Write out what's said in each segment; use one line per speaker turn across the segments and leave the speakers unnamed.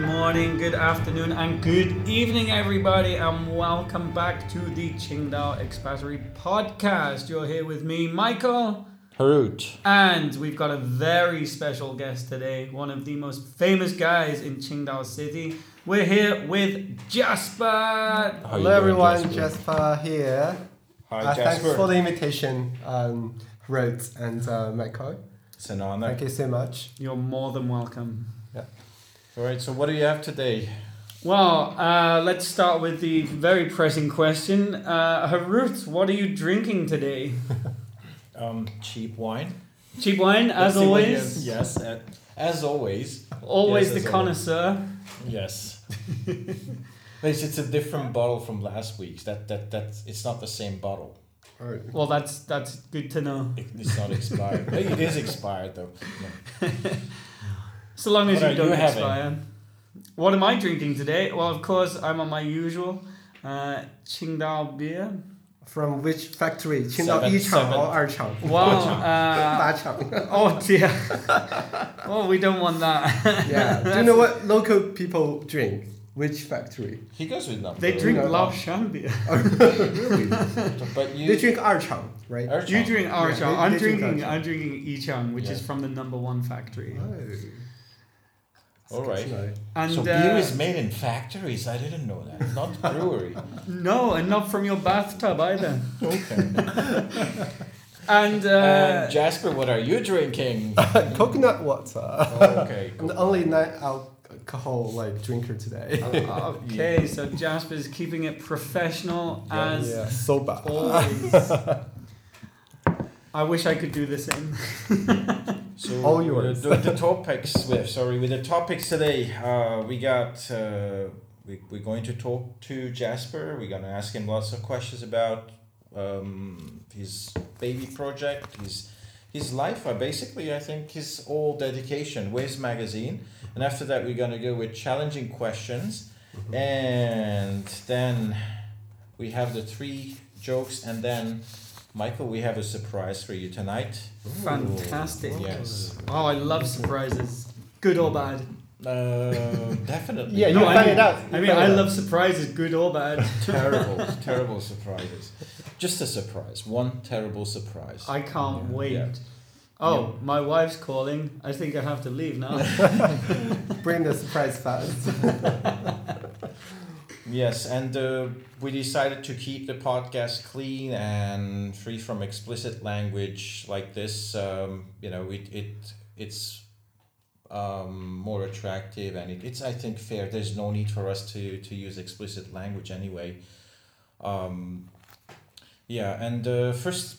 good afternoon, and good evening, everybody, and welcome back to the Qingdao Expatriate Podcast. You're here with me, Michael,
Harut.
and we've got a very special guest today, one of the most famous guys in Qingdao City. We're here with Jasper.
How you
Hello
doing,
everyone,
Jasper?
Jasper here.
Hi,
Uh, thanks
Jasper.
for the invitation, um, Rhodes and uh, Michael.
It's an honor.
Thank you so much.
You're more than welcome.
All right, so what do you have today?
Well, uh, let's start with the very pressing question. Uh, Harut, what are you drinking today?
Um, cheap wine.
Cheap wine,
Let's
as
see what he
always.
has. Yes, uh, as always.
Always
Yes,
the
as always.
connoisseur.
Yes. It's, it's a different bottle from last week's. That that that it's not the same bottle.
Alright.
Well, that's that's good to know.
It, it's not expired. Well, it is expired though. No.
So long as
What
you
are
don't
you having?
expire. What am I drinking today? Well, of course, I'm on my usual uh, Qingdao beer.
From which factory?
Seven-
青岛一厂
seven.
or 二厂?
Wow. Uh,
大厂.
oh dear. Oh, we don't want that.
Yeah. Do you know what local people drink? Which factory?
He goes with number.
They drink
No.
Lao Shan beer.
but you.
They drink 二厂, right?
Urchan.
You drink Archang.
they-
I'm
they drink
drinking.
Archang.
I'm drinking Yichang, which
Yeah.
is from the number one factory.
Oh.
All right.
And
so
uh,
beer is made in factories. I didn't know that. Not brewery.
Uh,
uh, no, and not from your bathtub either.
okay.
And uh,
and Jasper, what are you drinking?
Coconut water.
okay.
I'm the only non-alcohol like drinker today.
Okay, so Jasper's keeping it professional
Yeah,
as
yeah, soba.
always. I wish I could do the same.
So
All yours.
The, the topics with sorry with the topics today. Uh, we got uh, we we're going to talk to Jasper. We're gonna ask him lots of questions about um, his baby project, his his life. Uh, basically, I think his all dedication. Where's magazine? And after that, we're gonna go with challenging questions,
Mm-hmm.
and then we have the three jokes, and then. Michael, we have a surprise for you tonight.
Fantastic.
Yes.
Oh, I love surprises. Good or bad.
Uh, definitely.
Yeah, you
No, I
find
mean-
it out. You
I mean,
find
I
it out.
love surprises, good or bad.
terrible, terrible surprises. Just a surprise. One terrible surprise.
I can't
Yeah.
wait.
Yeah.
Oh, my wife's calling. I think I have to leave now.
Bring the surprise fast.
Yes, and uh, we decided to keep the podcast clean and free from explicit language like this. Um, you know, it it it's um, more attractive and it, it's I think fair. There's no need for us to to use explicit language anyway. Um, yeah, and uh, first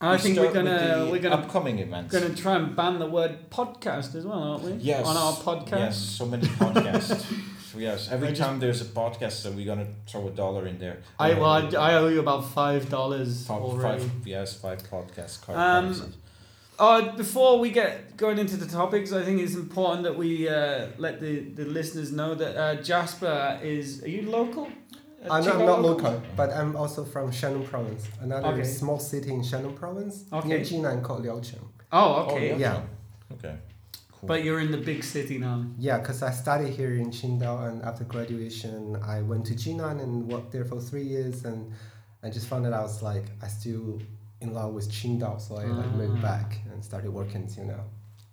I
we
think we're
start with
gonna
the
we're gonna
upcoming events.
gonna try and ban the word podcast as well, aren't we?
Yes.
On our podcast.
Yes, so many podcasts. So yes, every
I just-
time there's a podcast, so we're gonna throw a dollar in there.
I well, I, I owe you about five dollars
Five-
already.
five- yes, five podcasts. card
Um,
prices.
Uh, before we get going into the topics, I think it's important that we uh, let the, the listeners know that uh, Jasper is. Are you local? Uh,
I'm not,
Chicago
I'm not local, but I'm also from Shandong Province, another
Okay.
small city in Shandong Province near
Okay.
Jinan called Liaocheng.
Oh,
Oh,
okay.
yeah.
Yeah.
Okay. Cool.
But you're in the big city now.
Yeah, because I studied here in Qingdao, and after graduation, I went to Jinan and worked there for three years, and I just found that I was like, I still in love with Qingdao, so I like
Ah.
moved back and started working till now.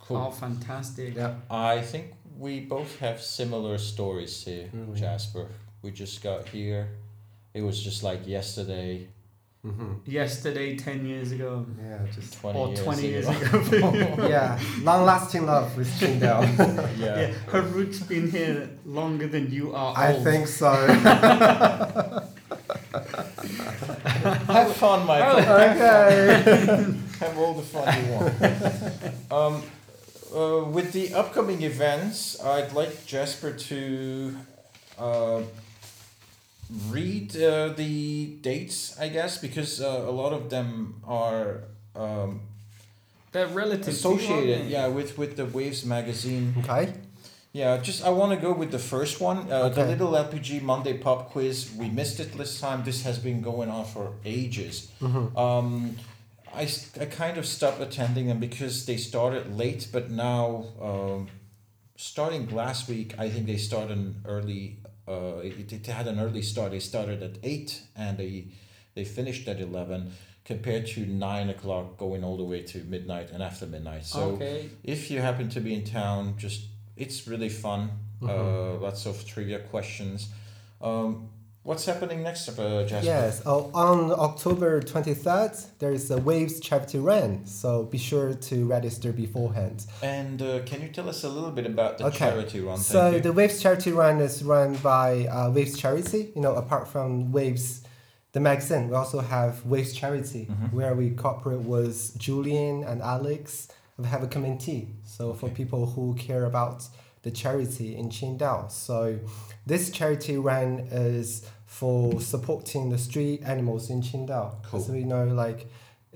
cool.
Oh, fantastic.
Yeah.
I think we both have similar stories here,
Mm, yeah.
Jasper. We just got here. It was just like yesterday,
Mm-hmm.
Yesterday, 10 years ago.
Yeah, just
twenty
or
years
20 years
ago.
ago.
yeah, long-lasting love with Qingdao.
yeah.
yeah. Her roots been here longer than you are
I
old.
think so.
Have fun,
Oh.
Michael.
okay.
Have all the fun you want. um, uh, with the upcoming events, I'd like Jasper to uh, read uh, the dates, I guess, because uh, a lot of them are um,
They're relative.
associated, yeah, with with the Waves magazine.
okay.
Yeah, just I want to go with the first one. Uh, The
Okay.
little LPG Monday pop quiz. We missed it last time. This has been going on for ages. Um, I, s- I kind of stopped attending them because they started late, but now um, starting last week, I think they started an early. Uh, it, it had an early start. They started at eight and they they finished at eleven, compared to nine o'clock, going all the way to midnight and after midnight. So
okay.
if you happen to be in town, just it's really fun. Uh,
Mhm.
lots of trivia questions. Um, what's happening next, uh, Jasper?
Yes, oh, on October 23rd, there is a Waves charity run, so be sure to register beforehand.
And uh, can you tell us a little bit about the
Okay.
charity run?
so
Thank you.
the Waves charity run is run by uh, Waves Charity. You know, apart from Waves, the magazine, we also have Waves Charity,
Mhm.
where we cooperate with Julian and Alex. We have a committee, so for
Okay.
people who care about the charity in Qingdao. So this charity run is for supporting the street animals in Qingdao.
Cool.
As we know, like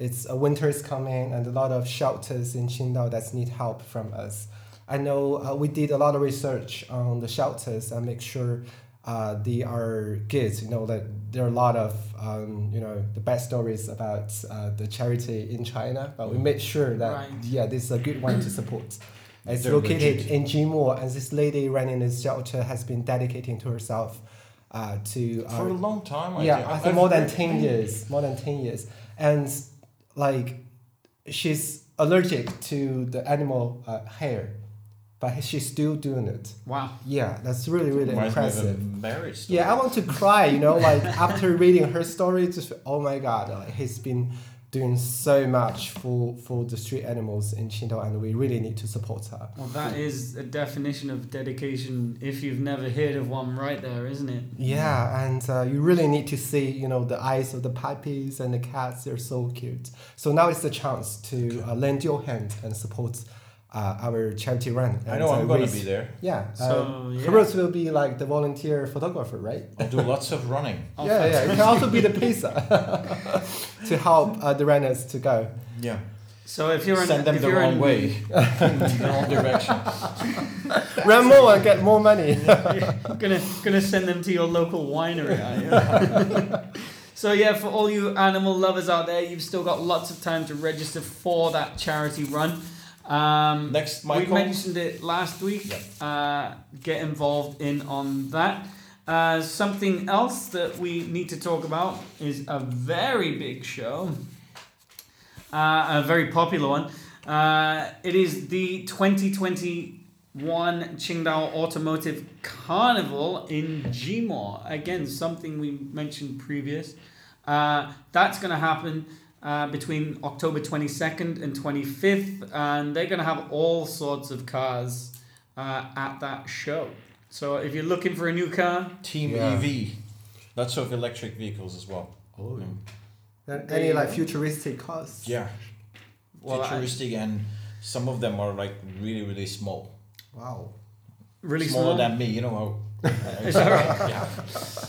it's uh, winter is coming and a lot of shelters in Qingdao that need help from us. I know uh, we did a lot of research on the shelters and make sure uh, they are good. You know that there are a lot of um, you know the bad stories about uh, the charity in China, but we made sure that
Right.
yeah, this is a good one to support. It's
They're
located
legit.
in Jimo, and this lady running this shelter has been dedicating to herself uh, to uh,
for a long time, I
yeah,
think.
I
I've
think more than
heard-
ten years, more than ten years, and like she's allergic to the animal uh, hair, but she's still doing it.
Wow.
Yeah, that's really really
Reminds me of a
impressive.
marriage story.
Yeah, I want to cry, you know, like after reading her story, just oh my god, like he's been doing so much for for the street animals in Qingdao, and we really need to support her.
Well, that is a definition of dedication if you've never heard of one right there, isn't it?
Yeah, and uh, you really need to see, you know, the eyes of the puppies and the cats. They're so cute. So now it's the chance to uh, lend your hand and support uh, our charity run.
I know
and, uh,
I'm going to
raise-
be there.
Yeah. uh,
So, yeah.
Heroes will be like the volunteer photographer, right?
I'll do lots of running.
Oh,
yeah, yeah. You
fantastic.
can also be the pacer to help uh, the runners to go.
Yeah.
So if you're in,
Send them
if
the
you're
wrong
in,
way, in the wrong direction.
Run more and get more money.
You're gonna gonna send them to your local winery. Are you? so yeah, for all you animal lovers out there, you've still got lots of time to register for that charity run. Um,
Next,
we
Michael.
mentioned it last week. Uh, get involved in on that. Uh, something else that we need to talk about is a very big show, uh, a very popular one. Uh, it is the 2020 one Qingdao Automotive Carnival in Jimo. Again, something we mentioned previous. Uh, that's going to happen uh, between October 22nd and 25th, and they're going to have all sorts of cars uh, at that show. So if you're looking for a new car,
Team
Yeah.
EV. Lots of electric vehicles as well.
Oh.
Mm.
Any like futuristic cars?
Yeah.
well, uh, I-
Futuristic, and some of them are like really, really small.
Wow.
really
Smaller
small,
than me, you know how. uh,
Is that
Yeah.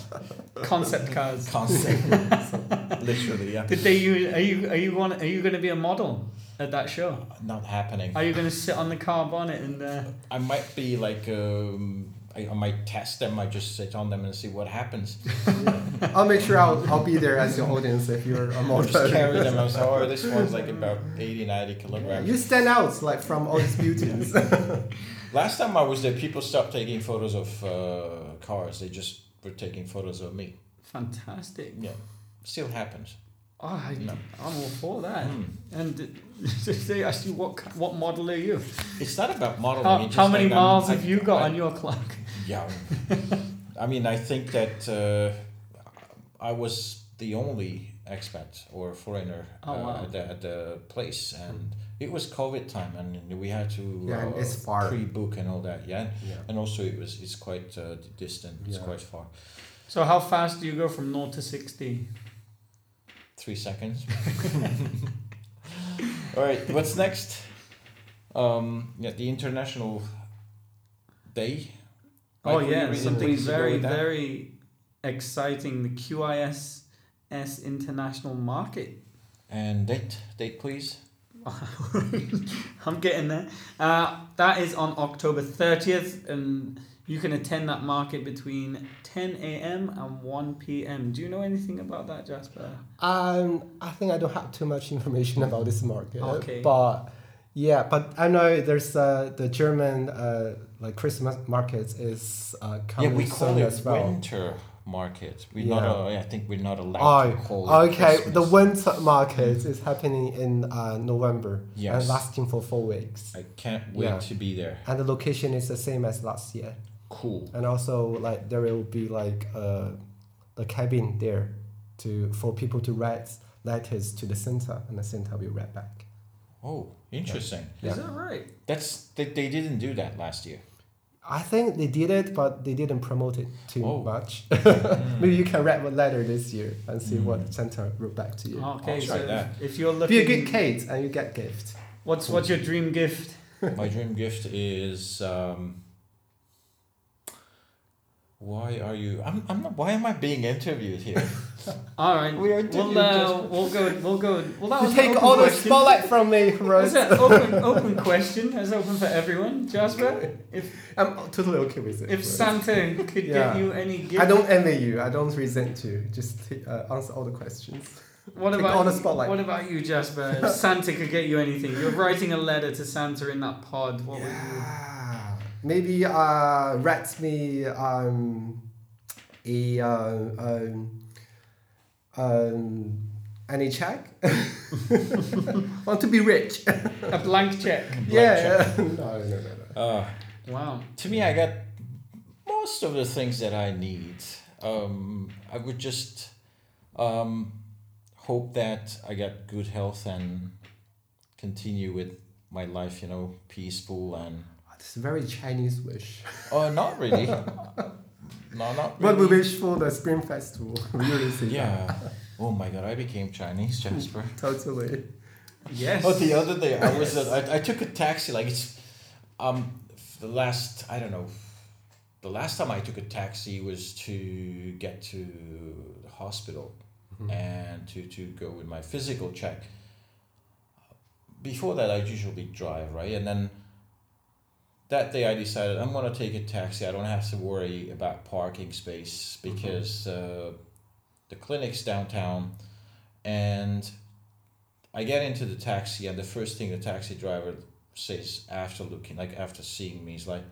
concept cars.
Concept. Literally, yeah.
Did they use, are you are you one, are you going to be a model at that show?
Not happening.
Are you going to sit on the car bonnet and uh,
I might be like um, I, I might test them. I just sit on them and see what happens.
I'll make sure I'll, I'll be there as your audience if you're a
Oh,
Or
model.
just carry them. I was like, oh, this one's like about 80, 90 kilograms.
You stand out like from all these beauties.
Last time I was there, people stopped taking photos of uh, cars. They just were taking photos of me.
fantastic?
Yeah, still happens.
Oh, I,
No.
I'm all for that.
Mm.
And they asked you what ca- what model are you?
It's not about modeling.
How,
it's
how
just
many
like I'm-
miles
I-
have you got
I-
on your clock?
Yeah. I mean, I think that uh, I was the only expat or foreigner
Oh,
uh,
wow.
at, the, at the place, and it was COVID time, and we had to uh,
Yeah, and it's far.
pre-book and all that. Yeah,
yeah.
and also it was it's quite uh, d- distant. It's
Yeah.
quite far.
So how fast do you go from naught to sixty?
Three seconds. all right. What's next? Um, yeah, the international day.
Oh
Michael, you
yeah,
really
something
think to go
very
with that?
very exciting. The QIS S International Market.
And date, date, please.
I'm getting there. Uh, that is on October thirtieth, and you can attend that market between ten a.m. and one p.m. Do you know anything about that, Jasper?
Um, I think I don't have too much information about this market,
Okay.
but Yeah, but I know there's uh, the German uh, like Christmas market is uh,
Yeah,
coming
we call
soon
it
as well.
winter market. We're not.
Yeah.
uh, I think we're not allowed to call
Oh,
it.
okay. The
Christmas.
winter market is happening in uh, November
Yes.
and lasting for four weeks.
I can't wait
Yeah.
to be there.
And the location is the same as last year.
Cool.
And also, like there will be like uh, a cabin there to for people to write letters to the center, and the center will write back.
Oh, interesting.
Is that right?
That's they, they didn't do that last year.
I think they did it, but they didn't promote it too
Oh.
much.
Hmm.
Maybe you can write a letter this year and see what center wrote back to you.
Oh, Okay,
I'll try
so
that.
if you're looking,
Be a good kid, and you get gift.
what's what's your dream gift?
My dream gift is. Um, why are you? I'm. I'm not. Why am I being interviewed here?
All right,
We are
we'll,
doing
uh,
just-
we'll go. We'll go. Well, that
You
was an
take
open
all the
question.
spotlight from me,
That's
Rose.
an open, open question. That's open for everyone. Jasper, if
I'm totally okay with it.
if
Rose.
Santa could
Yeah.
get you any gift,
I don't envy you. I don't resent you. Just t- uh, answer all the questions.
What
Take
about
all the
you-
spotlight.
What about you, Jasper? If Santa could get you anything, you're writing a letter to Santa in that pod. What
Yeah. Maybe uh, rat me um, a um, um, um, any check. Want to be rich?
would you? A blank check.
yeah. yeah. no, no, no, no.
Uh,
Wow.
to me, I got most of the things that I need. Um, I would just um, hope that I got good health and continue with my life. You know, peaceful and.
It's a very Chinese wish.
Oh, not really. no, not really.
What we wish for the Spring Festival. We really say that.
Yeah. Oh my god, I became Chinese, Jasper.
Totally.
Yes.
oh, the other day I was at, I, I took a taxi like it's um the last I don't know the last time I took a taxi was to get to the hospital and to to go with my physical check. Before that, I usually drive right, and then that day I decided I'm gonna take a taxi. I don't have to worry about parking space because uh, the clinic's downtown, and I get into the taxi, and the first thing the taxi driver says after looking, like after seeing me, is like,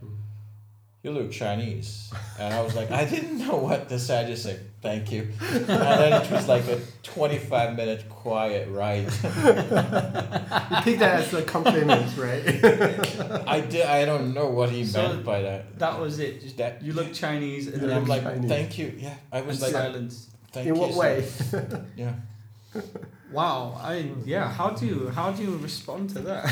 "You look Chinese," and I was like, "I didn't know what to say." I just said, "Thank you," and then it was like a twenty-five minute quiet ride.
You take that as a compliment, right?
I did. I don't know what he
So-
meant by that.
That was it. Just-
That-
You look Chinese, and
And
then
I'm
look
like,
Chinese.
"Thank you." Yeah, I was like,
silence.
"Thank
In
you."
what
sir."
way?
Yeah.
Wow. I yeah. How do you how do you respond to that?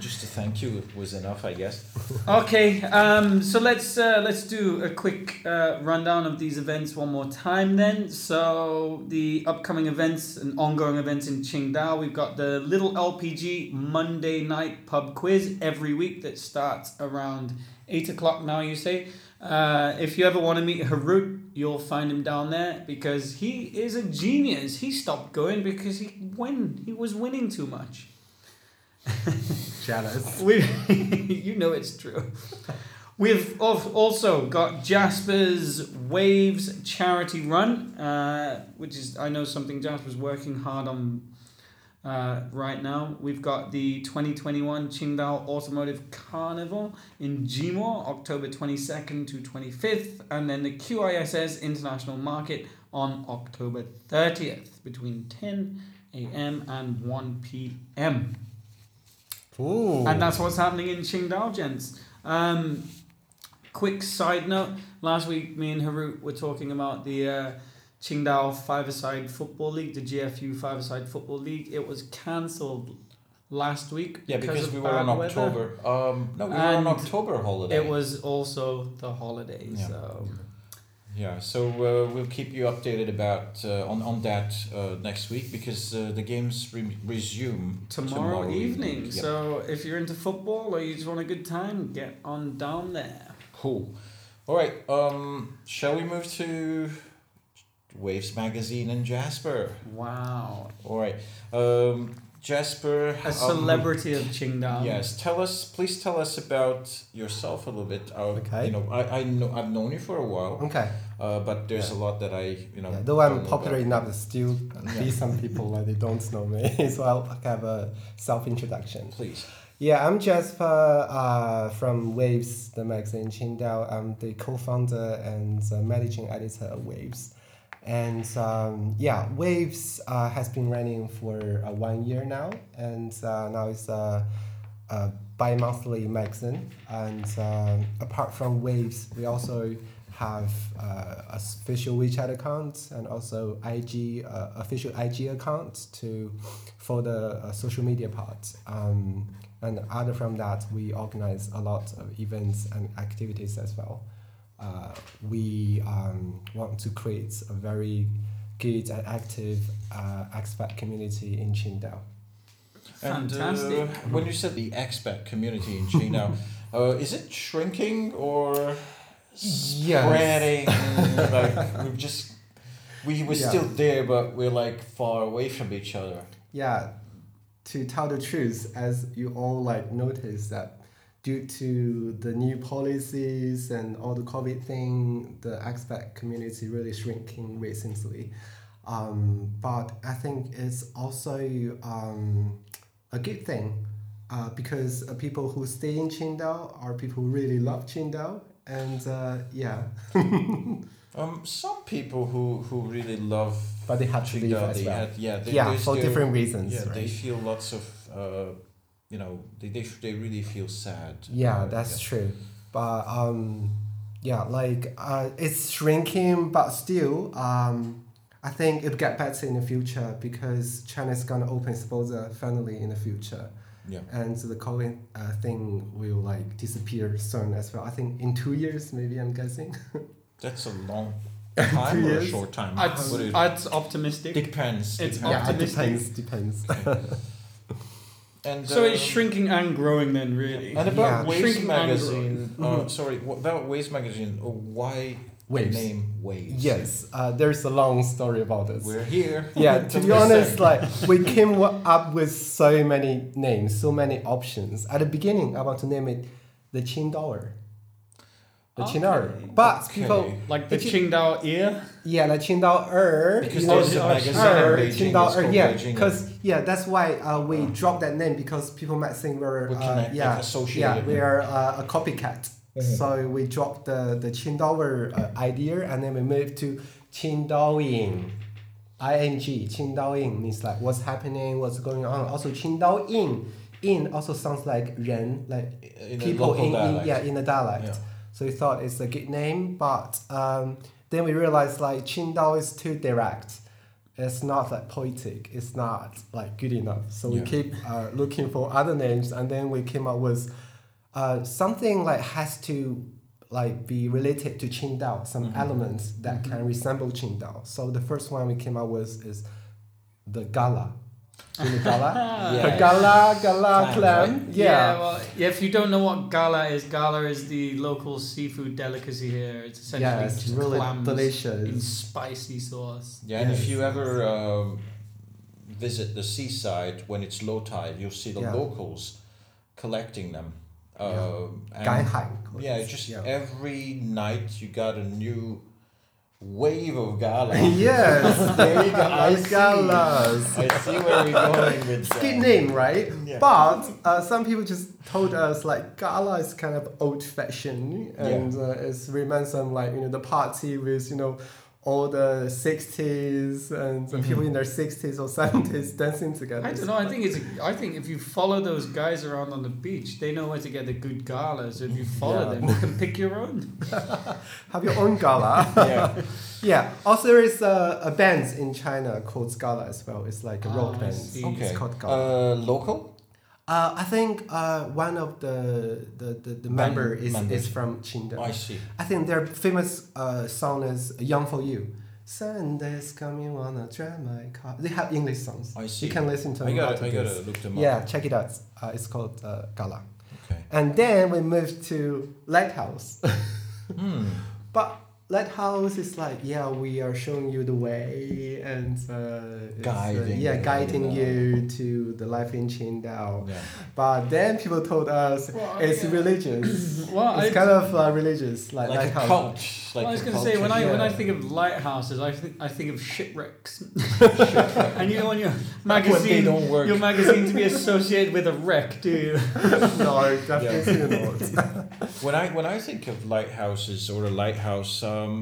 Just a thank you was enough, I guess.
Okay, um, so let's uh, let's do a quick uh, rundown of these events one more time. Then, so the upcoming events and ongoing events in Qingdao, we've got the Little LPG Monday night pub quiz every week that starts around eight o'clock. Now you say, uh, if you ever want to meet Harut, you'll find him down there because he is a genius. He stopped going because he win he was winning too much.
Jealous.
We, you know it's true. We've al- also got Jasper's Waves charity run, uh, which is I know something Jasper's working hard on uh, right now. We've got the 2021 Qingdao Automotive Carnival in Jimo, October 22nd to 25th, and then the QISS International Market on October 30th between 10 a.m. and 1 p.m.
Ooh.
And that's what's happening in Qingdao, gents. Um, quick side note: last week, me and Harut were talking about the uh, Qingdao Five-a-Side Football League, the GFU Five-a-Side Football League. It was cancelled last week.
Yeah, because
of
we were
bad
on
weather.
October. Um, no, we were on
And
October holiday.
It was also the holiday,
Yeah.
so
Yeah, so uh, we'll keep you updated about uh, on on that uh, next week because uh, the games re- resume
tomorrow, evening.
Yep.
So if you're into football or you just want a good time, get on down there.
cool. All right, um, shall we move to Waves magazine and Jasper?
Wow,
All right, um, Jasper,
a celebrity of Qingdao.
Um, Yes, tell us, please tell us about yourself a little bit. Uh,
Okay.
You know, I, I know I've known you for a while,
Okay.
uh, but there's
Yeah.
a lot that I you know.
Yeah, though I'm
don't know about.
popular enough, there's still be some people like they don't know me, so I'll have a self introduction.
Please.
Yeah, I'm Jasper uh, from Waves, the magazine in Qingdao. I'm the co-founder and uh, managing editor of Waves. And um, yeah, Waves uh, has been running for uh, one year now, and uh, now it's a, a bi-monthly magazine. And um, apart from Waves, we also have uh, a official WeChat account and also IG uh, official IG account to for the uh, social media part. Um, and other from that, we organize a lot of events and activities as well. Uh, we um, want to create a very good and active uh, expat community in Qingdao.
And, uh,
Fantastic.
when you said the expat community in China, uh, is it shrinking or
Yes.
spreading? like we've just we we're
Yeah.
still there, but we're like far away from each other.
yeah to tell the truth as you all like notice that due to the new policies and all the covid thing the expat community really shrinking recently um, but i think it's also um, a good thing uh, because uh, people who stay in Qingdao are people who really love Qingdao and uh, yeah
Um, some people who who really love
but they have to leave
Qingdao,
as
they
well
had yeah they,
yeah
they
for
still-
different reasons
yeah
right?
they feel lots of uh, you know they they, they really feel sad.
Yeah,
Uh,
that's true. But um, yeah, like uh, it's shrinking, but still, um, I think it'll get better in the future because China's gonna open its border finally in the future,
yeah.
and the COVID uh, thing will like disappear soon as well. I think in two years, maybe I'm guessing.
That's a long time or a
years.
short time.
That's,
What do you-
that's optimistic.
depends.
It's
depends.
Yeah, it Optimistic. depends,
Depends.
And
So it's
um,
shrinking and growing then, really.
And about
Yeah. Mm-hmm.
Waves
Shrinking and
magazine,
growing.
uh, sorry, wh- about Waves magazine, uh, why
Waves.
the name Waves?
Yes, uh, there's a long story about this.
We're here.
yeah to
Don't
be honest
say.
like we came w- up with so many names so many options at the beginning i want to name it the chin dollar the chin dollar
Okay.
but
Okay.
people
Like the
If you-
Qingdao ear.
yeah the chin dollar
Because
you know,
there's a
uh,
magazine
sure,
in Beijing.
chin
that's
dollar
called
yeah
Beijing
because yeah that's why uh, we
Uh.
dropped that name because people might think we're
We
uh,
connect, like,
yeah yeah
associated.
we are uh, a copycat
Mhm.
so we dropped the the chin dollar uh, idea and then we moved to chin daoying ing qingdaoying means like what's happening what's going on also qingdaoying in also sounds like 人 like
and in
people
a local
in, in
dialect.
yeah in the dialect
Yeah.
so we thought it's a good name but um, then we realized like qingdao is too direct it's not like poetic it's not like good enough so
Yeah.
we keep uh, looking for other names and then we came up with uh, something like has to like be related to qingdao some
Mhm.
elements that can resemble qingdao so the first one we came up with is the gala in the gala
Yeah.
the gala gala
Clam,
clam
Yeah. well, yeah, if you don't know what gala is, gala is the local seafood delicacy here. It's essentially
yeah, it's
just
really
clams in
delicious.
spicy sauce.
Yeah, and if
Yes.
you ever um, visit the seaside when it's low tide, you'll see the
Yeah.
locals collecting them. Um, and-
Gaihang.
Yeah, it's just
yeah.
every night you got a new wave of gala.
yes,
There you go. I
nice
see.
galas.
I see where we're going with that.
Good name, right?
Yeah.
But uh, some people just told us like gala is kind of old-fashioned and uh, it reminds them like you know the party with you know all the sixties and the people in their sixties or seventies dancing together.
I don't know. I think it's. A, I think if you follow those guys around on the beach, they know where to get the good galas. If you follow
Yeah.
them, you can pick your own.
Have your own gala.
Yeah.
Yeah. Also, there is a, a band in China called Gala as well. It's like a
Ah,
rock
I
band.
see.
Okay.
It's called Gala. Uh,
Uh, local?
I think uh, one of the the, the, the member is,
members.
is from Qingdao.
I see.
I think their famous uh, song is "Young for You." Sunday's coming, wanna drive my car. They have English songs.
I see.
You can listen to
I
them
gotta,
after
I
this.
gotta look them up.
Yeah, check it out. Uh, it's called uh, Gala.
Okay.
And then we moved to Lighthouse.
Hmm.
But lighthouse is like, yeah, we are showing you the way and uh, it's, uh,
Guiding
yeah,
you,
guiding
you
you, to the life in Qingdao.
Yeah.
But then people told us
Well,
it's
yeah.
religious.
Well, I,
it's kind of uh, religious, like,
Like a
lighthouse.
cult.
Well, I was
a
going to say when I
culture.
when I
yeah.
think of lighthouses, I think I think of shipwrecks. and you don't want your magazine
don't work.
your magazine to be associated with a wreck, do you?
no, definitely not.
When I when I think of lighthouses or a lighthouse, um,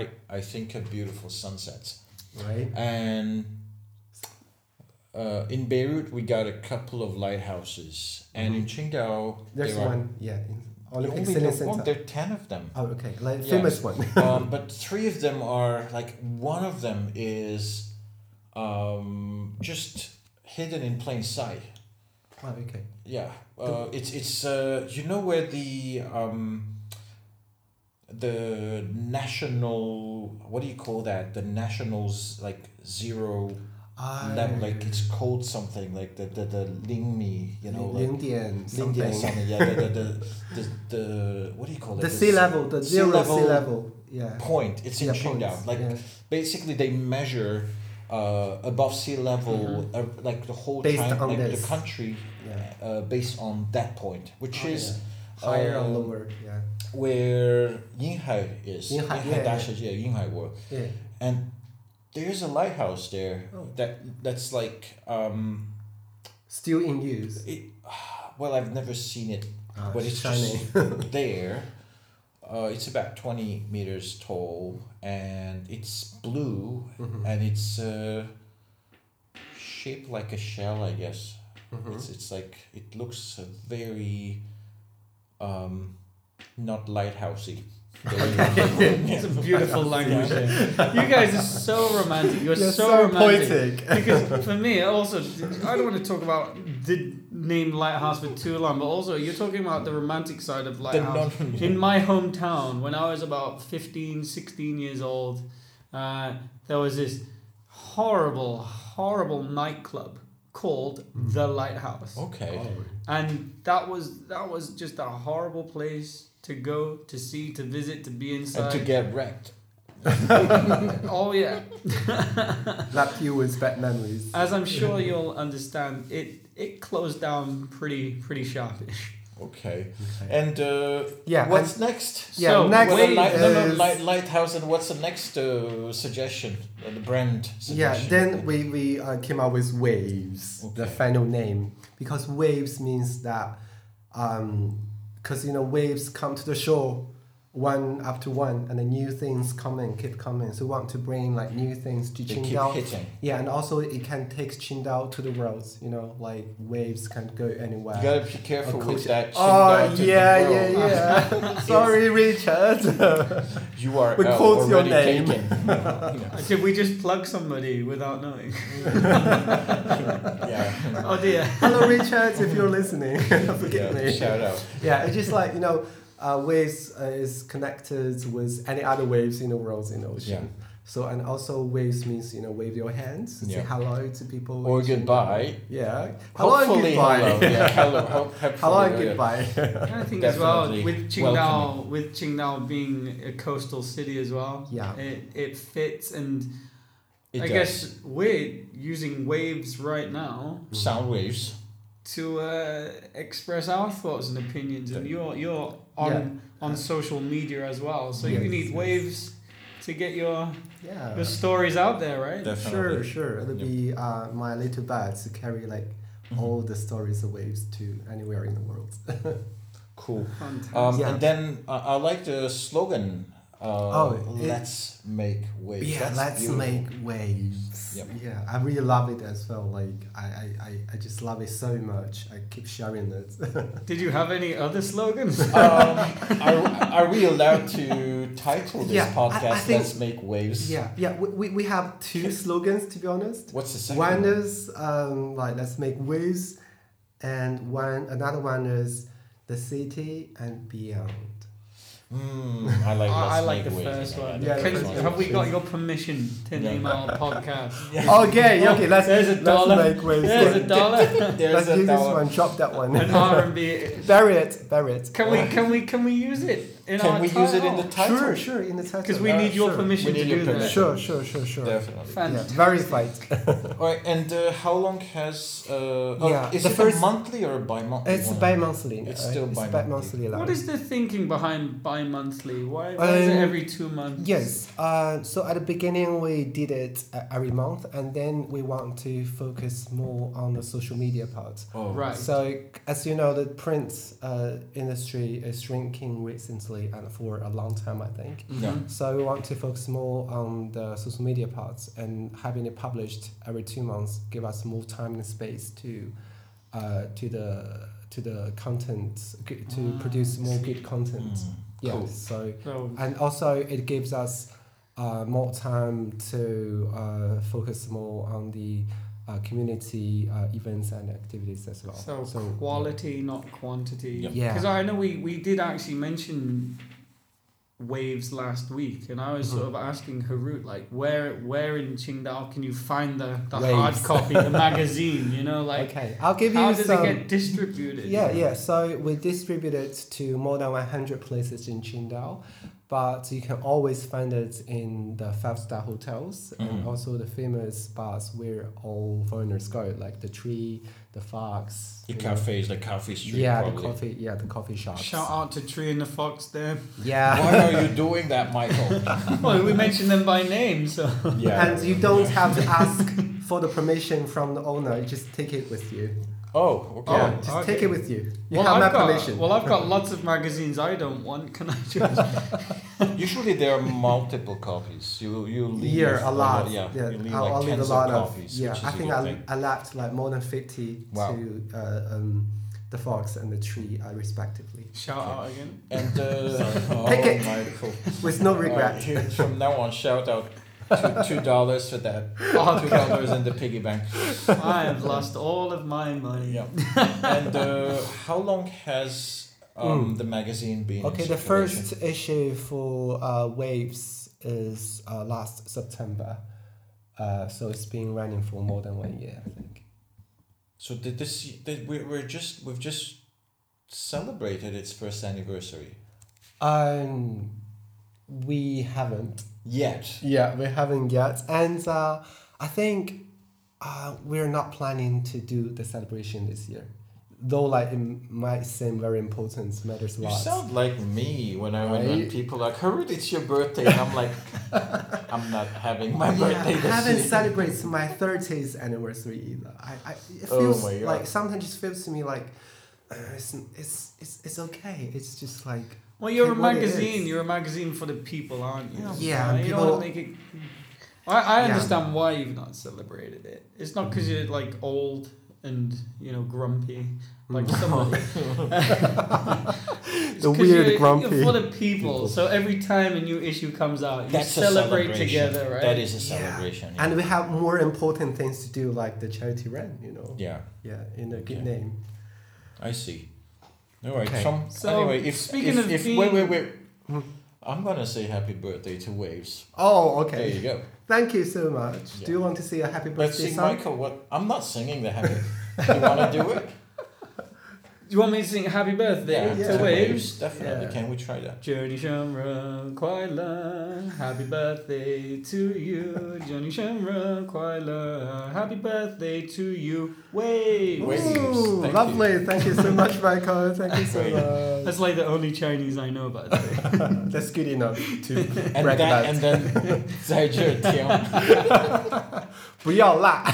I I think of beautiful sunsets.
Right?
And uh, in Beirut, we got a couple of lighthouses, and in Qingdao,
Mm-hmm. There's
there
one, yeah, in
Are, you
Olympic
only
Sailing
know one,
Center.
there are ten of them.
Oh, okay, like
Yeah.
famous one.
um, but three of them are like one of them is um, just hidden in plain sight.
Oh, okay.
Yeah, uh, it's it's uh, you know where the um, the national what do you call that? The nationals like zero
I,
level, like it's called something like the the the Lingmi, you know, like
Indian
Lingdian
something.
something. Yeah, the the, the the the what do you call it?
The sea level, the
sea
zero sea
level
level. Yeah.
Point. It's in
yeah,
Qingdao.
points,
Like
yeah.
basically they measure uh, above sea level uh, like the whole
Mm-hmm. Based
time
on
like
this.
the country
Yeah.
uh, based on that point which
Oh,
is
yeah. higher or
uh,
lower. Yeah.
where Yinghai is
Yinghai, yeah, yeah.
dashes yeah Yinghai World
Yeah.
and there's a lighthouse there
Oh.
that that's like um
Still in use.
it well I've never seen it
Ah,
but it's
shiny.
just there uh, it's about 20 meters tall and it's blue
Mhm.
and it's uh, shaped like a shell, I guess.
Mhm.
It's it's like it looks uh, very, um, not lighthousey.
It's a beautiful language. You guys are so romantic. You're,
You're
so,
so
romantic.
poetic.
because for me, also, I don't want to talk about the name lighthouse for too long. But also, you're talking about the romantic side of lighthouse.
non-
In my hometown, when I was about 15, 16 years old, uh, there was this horrible, horrible nightclub called the Lighthouse
okay.
Oh.
and that was that was just a horrible place to go to see to visit to be
And to
inside
get wrecked.
oh yeah
Left you with bad memories.
Uh,
as i'm sure you'll understand it it closed down pretty pretty sharpish
Okay. And uh,
Yeah,
what's next?
Yeah,
so
next-
Well,
wait,
light, no, no,
is-
light, lighthouse, and what's the next uh, suggestion? Uh, the brand
Yeah,
suggestion.
then we, we uh, came up with waves, the
Okay.
final name, because waves means that, um, because you know waves come to the shore, one after one, and the new things coming keep coming. So we want to bring like new things to
they keep
Qingdao.
hitting.
Yeah, and also it can take Qingdao to the world. You know, like waves can go anywhere.
You gotta be careful
Oh,
with
cool.
that.
Oh
Qingdao to the
yeah, yeah,
world.
yeah. Sorry, Richard.
You are
We
uh,
quote your
already
name.
taken. yeah.
did we just plug somebody without knowing
yeah.
oh dear
Hello, Richard, if you're listening, forgive me.
Shout out.
yeah, it's just like you know, uh, waves uh, is connected with any other waves in the world in the ocean. So and also waves means you know wave your hands, say
Yeah.
hello to people.
Or goodbye.
yeah, hello and
Hopefully
goodbye.
hello. Yeah, hello. Ho- hopefully,
hello and
yeah.
goodbye.
I think as well
Definitely
with Qingdao,
welcoming.
with Qingdao being a coastal city as well.
Yeah.
it, it fits, and
It
I
does. Mm-hmm.
guess we're using waves right now
sound waves.
to uh, express our thoughts and opinions, and you're you're on on social media as well, so you
Yes,
need
yes.
waves to get your
Uh,
yeah,
your stories out there, right?
sure,
Definitely.
sure. It'll be uh, my little bird to carry like
Mm-hmm.
all the stories of waves to anywhere in the world.
Cool.
Fantastic.
Um,
Yeah.
And then uh, I like the slogan. Uh,
Oh, it-
let's make waves.
yeah,
That's
let's
beautiful.
make waves.
Yep.
Yeah, I really love it as well. Like I, I, I, I just love it so much. I keep sharing it.
Did you have any other slogans?
um, are, are we allowed to title this
Yeah, I- I
podcast
think-
"Let's Make Waves"?
yeah, yeah. We, we, we have two slogans to be honest.
What's the second
One is um, like let's make waves, and one another one is the city and beyond.
Mm, I like.
I, I
Let's
like the
Make Waves.
first
I like
one.
the
Yeah,
Can-
first
one.
have we got your permission to
Yeah.
name our podcast?
Okay, Oh, okay. Let's
There's a
let's
dollar.
make waves.
There's a
Let's
dollar.
There's a
use this
dollar.
one. Drop that
An
one.
R and B.
bury it. Bury it.
Can we? Can we? Can we use it? in
Can
our
we use it in
title?
the title?
Sure, sure, in the title.
Because we
Uh,
need your
sure.
permission
We
to
need your
do
permission.
that.
Sure, sure, sure, sure.
Definitely.
Yeah,
Fantastic.
verified.
All right, and uh, how long has uh, oh,
Yeah,
is
the
it
first-
a monthly or a bi-monthly?
It's
one?
bi-monthly.
It's
right?
still
It's
bi-monthly.
bi-monthly. like-
What is the thinking behind bi-monthly? Why, why is it
Um,
every two months?
Yes. Uh, so at the beginning, we did it uh, every month, and then we want to focus more on the social media part.
Oh,
Right.
So as you know, the print uh, industry is shrinking recently and for a long time, I think.
Mhm.
Yeah.
So we want to focus more on the social media parts and having it published every two months give us more time and space to, uh, to the to the content to
Ah,
produce more
see.
good content.
Mm,
Yeah.
Cool.
So
So,
and also it gives us uh, more time to uh, focus more on the uh, community uh, events and activities as well.
so,
yeah.
quality, not quantity.
Yep.
Yeah.
Because I know we, we did actually mention waves last week, and I was
Mm-hmm.
sort of asking Harut like, where where in Qingdao can you find the, the hard
Waves.
copy, the magazine? You know, like
okay, I'll give
how
you
does
some.
it get distributed?
yeah, yeah. So we distribute it to more than 100 places in Qingdao, but you can always find it in the five-star hotels and
Mm-hmm.
Mhm.
also the famous bars where all foreigners go, like the tree, the fox.
The
you know.
cafes, the coffee street.
Yeah,
probably.
the coffee. Yeah, the coffee shops.
Shout out to Tree and the Fox there.
Yeah.
Why are you doing that, Michael?
well, we mentioned them by name, so
and you don't have to ask for the permission from the owner. You just take it with you.
Oh, okay.
yeah,
Oh,
just
okay.
take it with you. You
well,
have my
I've got,
permission.
well, I've got lots of magazines I don't want. Can I just?
Usually there are multiple copies. You you leave
Here a lot.
Yeah,
Yeah,
you leave
I'll,
like
I'll leave a
tens
lot
of
of.
copies.
yeah,
which is
I
a
think
good
I,
thing.
I left like more than fifty
Wow.
to uh, um, the fox and the tree uh, respectively,
Shout out again.
And uh,
Pick
oh,
it.
Michael.
with no
Uh,
regret.
you- from now on, shout out to two dollars for that. Two dollars in the piggy bank.
I have lost all of my money.
Yeah. And uh, how long has um, the magazine been? in
Hmm. Okay, the
circulation?
first issue for uh, Waves is uh, last September, uh, so it's been running for more than one year, I think.
So did this? Did we? We're just. We've just celebrated its first anniversary.
Um, we haven't.
Yet.
Yeah, we haven't yet, and uh, I think uh, we're not planning to do the celebration this year. Though, like it might seem very important, matters a
You
lot.
sound like me when I when, when
Right?
people are like, Harut, it's your birthday, and I'm like, I'm not having my birthday
I
this
haven't
year.
celebrated my thirtieth anniversary either. I, I it
Oh
feels
my God.
like sometimes it feels to me like uh, it's, it's it's it's okay. It's just like
Well, you're a
Take what it
magazine.
is.
You're a magazine for the people, aren't you?
Yeah,
Uh,
and
you don't wanna make
people-
it. I, I
Yeah.
understand why you've not celebrated it. It's not because you're like old and you know grumpy, like somebody. It's
The
'cause
weird
you're-
grumpy
You're for the people. So every time a new issue comes out, you
That's a
celebrate
celebration.
together, right?
That is a
Yeah.
celebration. Yeah.
and we have more important things to do, like the charity run. You know,
yeah,
yeah, in a good
Yeah.
name.
I see. All right.
Okay.
Some,
So,
anyway, if
speaking
if,
of
if,
being-
wait, wait, wait. I'm gonna say happy birthday to Waves.
Oh,
There
okay.
you go.
Thank you so much.
Yeah.
Do you want to see a happy
But
birthday
see,
song?
Michael, what? I'm not singing the happy. you wanna do it?
You want me to sing "Happy Birthday"
Yeah,
to
yeah.
Waves?
Definitely.
Yeah.
Can we try that?
Johnny Shamrock, Kwaila, happy birthday to you. Johnny Shamrock, Kwaila, happy birthday to you. Waves.
Waves.
Ooh,
Thank
lovely. Thank you so much, Michael. Thank you
Great.
so much.
That's like the only Chinese I know, by the way.
That's good enough to
And
brag
that,
about.
and then 在这听，
不要辣.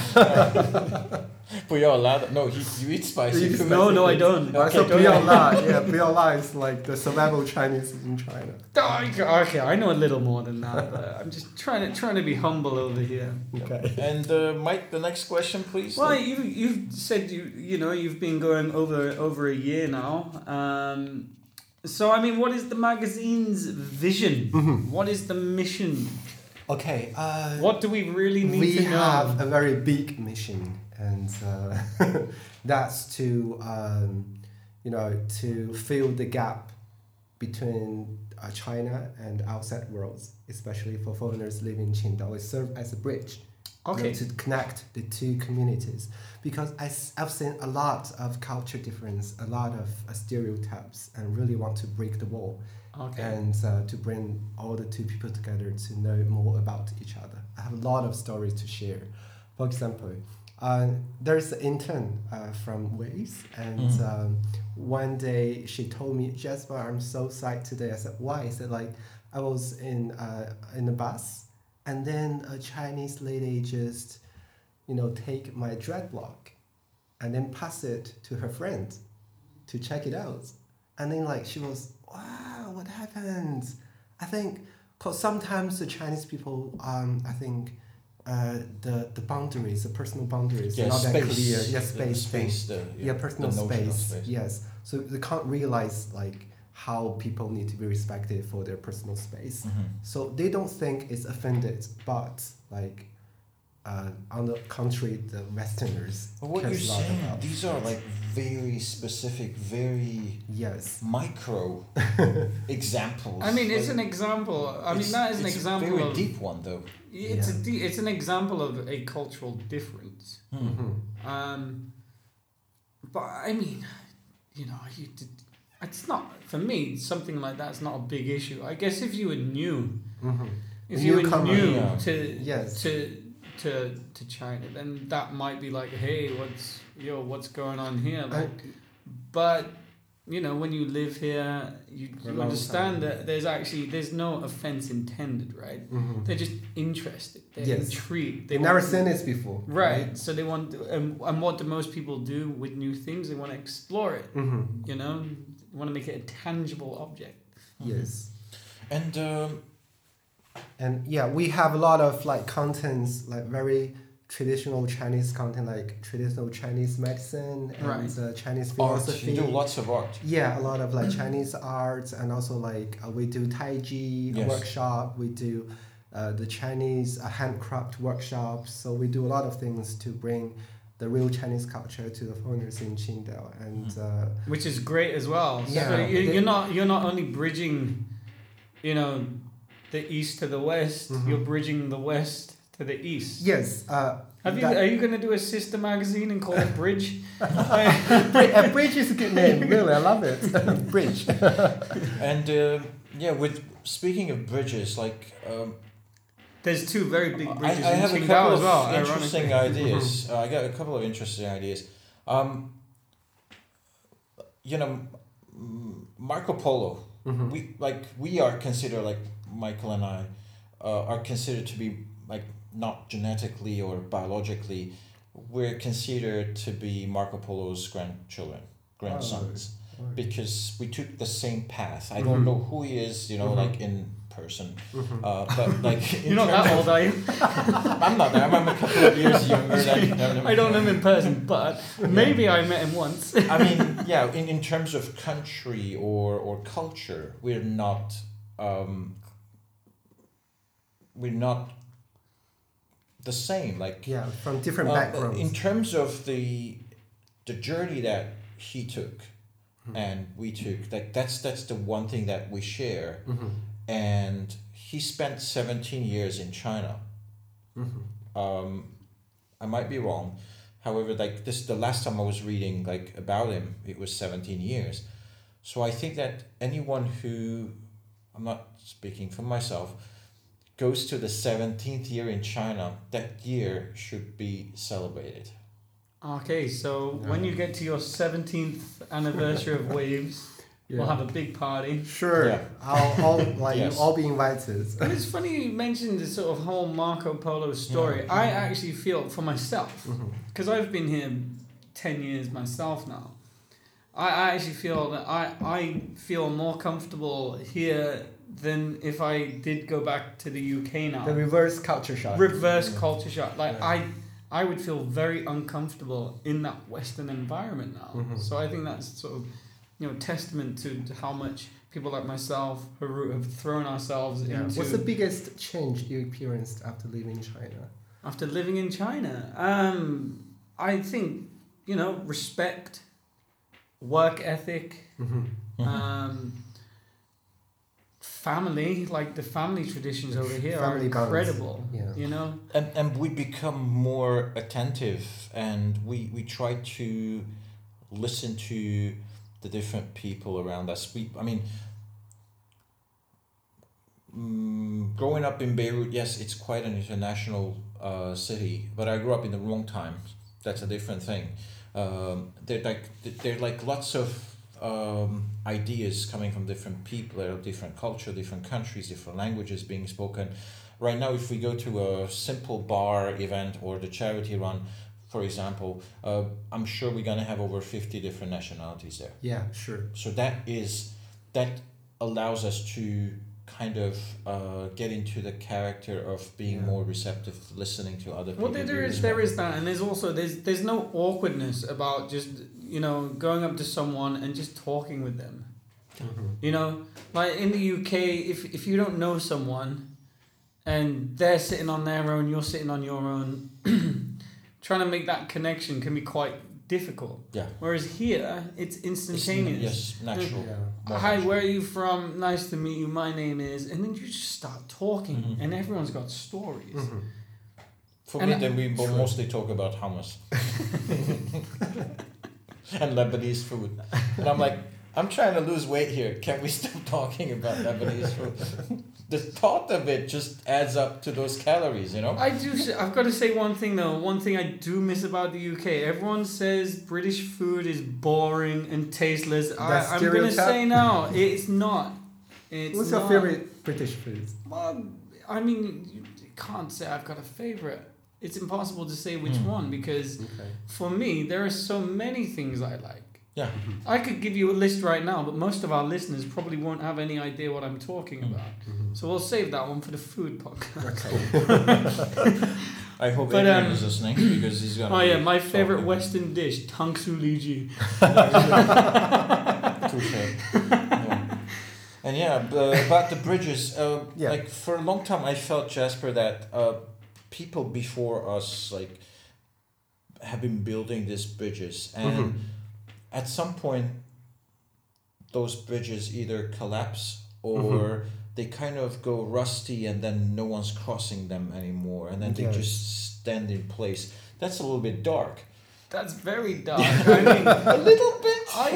不要辣的- No, he you eat spicy. food.
no, no, I don't.
Also,
Okay, don't.
不要辣. Yeah, 不要辣 is like the survival Chinese in China.
Oh, okay, I know a little more than that, but I'm just trying to trying to be humble over here.
Okay.
And uh, Mike, the next question, please.
Well, you you've said you you know you've been going over over a year now. Um, so I mean, what is the magazine's vision? What is the mission?
Okay. Uh,
What do we really need
we
to know?
have a very big mission, and uh, that's to um, you know to fill the gap between uh, China and outside worlds, especially for foreigners living in Qingdao. It serve as a bridge you know,
Okay.
to connect the two communities because I, have seen a lot of culture difference a lot of uh, stereotypes and really want to break the wall
Okay.
and uh, to bring all the two people together to know more about each other i have a lot of stories to share for example uh, there's an intern uh, from Waze, and um, one day she told me, Jasper, I'm so sad today. I said, Why? I said, like, I was in uh, in the bus, and then a Chinese lady just, you know, take my dreadlock, and then pass it to her friend, to check it out, and then like she was, wow, what happened? I think, cause sometimes the Chinese people, um, I think, uh, the the boundaries, the personal boundaries, are
Yeah,
not that
space.
clear. Yeah,
the
space, thing
space, the,
yeah, personal
the notional
space, yes so they can't realize like how people need to be respected for their personal space
Mhm.
so they don't think it's offended but like uh, on the contrary the westerners
But what
cares
you're
a lot
saying,
about
these are like very specific, very
yes
micro examples.
I mean, it's
Like,
an example. I mean,
it's-
that is an
it's
example.
A very
of,
deep one, though.
It's
Yeah.
a de- it's an example of a cultural difference.
Hmm. Mm-hmm.
Mhm.
Um, but I mean, you know, you did, it's not for me. Something like that's not a big issue. I guess if you were new,
Mhm.
if
A
you were
newcomer,
new
yeah.
to
Yes.
to to to China, then that might be like, hey, what's yo, what's going on here? Like, but you know, when you live here, you,
For a
you
long
understand
time.
that there's actually there's no offense intended, right?
Mhm.
They're just interested. They're
Yes.
intrigued.
they've
want-
never seen this before
Right. So they want, and, and what do most people do with new things? They want to explore it.
Mhm.
Mm-hmm.
You know, they want to make it a tangible object.
yes
And um,
and yeah we have a lot of like contents like very traditional chinese content like traditional chinese medicine and
Right.
uh, chinese
art,
philosophy
you Oh, do lots of art.
Yeah, a lot of like Chinese arts, and also like uh, we do Tai Chi
Yes.
workshop. We do uh, the Chinese uh, handcraft workshops. So we do a lot of things to bring the real Chinese culture to the foreigners in Qingdao. And uh,
which is great as well.
Yeah.
So you,
They-
you're not you're not only bridging, you know, the east to the west.
Mhm.
You're bridging the west to the east.
yes, uh,
Have you, are
that-
you going to do a sister magazine and call it Bridge?
Bri- uh, Bridge is a good name. Really, I love it. Bridge.
And um yeah, with speaking of bridges, like um,
There's two very big
I, I
bridges
have
in
a
Qingdao
couple
as well.
of interesting
ironically.
ideas. uh, I got a couple of interesting ideas. Um, you know, mm, Marco Polo.
Mhm.
We like we are considered like Michael and I uh, are considered to be like not genetically or biologically. We're considered to be Marco Polo's grandchildren, grandsons,
Oh,
because we took the same path. I
Mm-hmm.
don't
Mhm.
know who he is, you know,
Mhm.
like in person,
Mhm.
uh, but like in
You're not
terms
that
of-
old, uh, are Mm-hmm. you?
I'm not there. I'm a couple of years younger. Than,
I don't know him in person, but maybe I met him once.
I mean, yeah. In, in terms of country or or culture, we're not. Um, we're not the same. Like
Yeah, from different
uh,
backgrounds.
in terms of the the journey that he took and we took, like that's that's the one thing that we share.
Mhm.
And he spent seventeen years in China.
Mhm.
Um, I might be wrong. However, like this, the last time I was reading like about him, it was seventeen years. So I think that anyone who, I'm not speaking for myself, goes to the seventeenth year in China, that year should be celebrated.
Okay, so when you get to your 17th anniversary of Waves,
Yeah.
we'll have a big party.
Sure,
Yeah.
I'll all like
Yes.
you all be invited.
But it's funny you mentioned the sort of whole Marco Polo story. I actually feel for myself, because I've been here 10 years myself now. I, I actually feel that I, I feel more comfortable here than if I did go back to the UK now.
The reverse culture shock.
reverse culture shock. Like
Yeah.
I, I would feel very uncomfortable in that Western environment now.
Mhm.
So I think that's sort of, you know, testament to how much people like myself, Harut, have thrown ourselves
Yeah.
into
What's the biggest change you experienced after leaving China?
after living in China. Um, I think you know respect, work ethic,
Mm-hmm.
Mm-hmm.
um, family, like the family traditions over here are
Family bonds.
incredible.
Yeah.
You know?
and, and we become more attentive and we, we try to listen to the different people around us we i mean mm, growing up in beirut yes it's quite an international uh, city but i grew up in the wrong time that's a different thing um, they're like they're like lots of um, ideas coming from different people out of different culture different countries different languages being spoken right now if we go to a simple bar event or the charity run for example uh, i'm sure we're going to have over 50 different nationalities there
Yeah, sure.
so that is that allows us to kind of uh, get into the character of being
Yeah.
more receptive listening to other people
Well, there, there
doing
is
as
there
well.
is that, and there's also there's there's no awkwardness about just you know going up to someone and just talking with them. You know, like in the UK, if if you don't know someone, and they're sitting on their own, you're sitting on your own, trying to make that connection can be quite difficult.
Yeah.
Whereas here, it's
It's-
instantaneous.
yes natural
Yeah.
more
Hi,
natural.
where are you from? Nice to meet you. My name is, and then you just start talking,
Mhm.
and everyone's got stories.
Mhm.
for
and
me
I-
then we mo-
Sure.
mostly talk about hummus and lebanese food and i'm like i'm trying to lose weight here can we stop talking about lebanese food the thought of it just adds up to those calories you know
I do. s- I've got to say one thing though. One thing I do miss about the UK. Everyone says British food is boring and tasteless.
That's
I, I'm gonna
stereotype.
say no. It's not. It's
What's
not.
your favorite British food?
Well, I mean, you can't say I've got a favorite. It's impossible to say which
Hmm.
one because
Okay.
for me there are so many things I like.
Yeah.
I could give you a list right now, but most of our listeners probably won't have any idea what I'm talking
Hmm.
about. So we'll save that one for the food podcast.
I hope
But,
Adrian
um,
is listening because he's gonna.
Oh
be
yeah, my favorite
talking.
Western dish, tang su li ji.
Touche. Yeah. And yeah, b- about the bridges. Uh,
Yeah.
Like for a long time, I felt Jasper that uh, people before us like have been building these bridges, and
Mhm.
at some point, those bridges either collapse or.
Mm-hmm.
They kind of go rusty, and then no one's crossing them anymore, and then they
Yes.
just stand in place. That's a little bit dark.
Mm-hmm.
That's very dark. I mean,
A little bit.
I,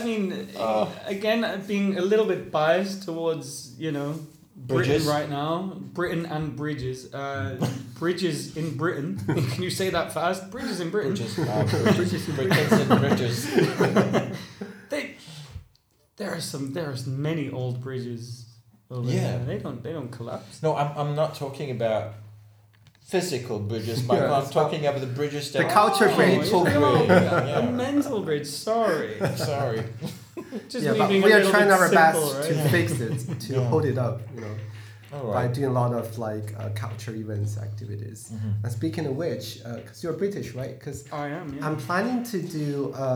I mean,
Oh.
again, I'm being a little bit biased towards you know Britain
Bridges?
right now, Britain and bridges, uh, bridges in Britain. Can you say that fast? Bridges in Britain.
Bridges, uh, bridges, bridges, and bridges.
They, there are some. There are many old bridges. Over
Yeah.
there. they don't. They don't collapse.
No, I'm, I'm not talking about physical bridges, but
Yeah,
I'm
it's
talking about the bridges that
The culture
Oh,
bridge.
it's- no,
Yeah.
a mental bridge. Sorry,
Sorry.
just
yeah,
me
but
being a
we are
little
trying
bit
our
simple,
best
right?
to fix it, to
Yeah.
hold it up, you know,
All
by
right.
doing a lot of like uh, culture events, activities.
Mhm.
And speaking of which, because you're British, right? Because
I am. Yeah.
I'm planning to do a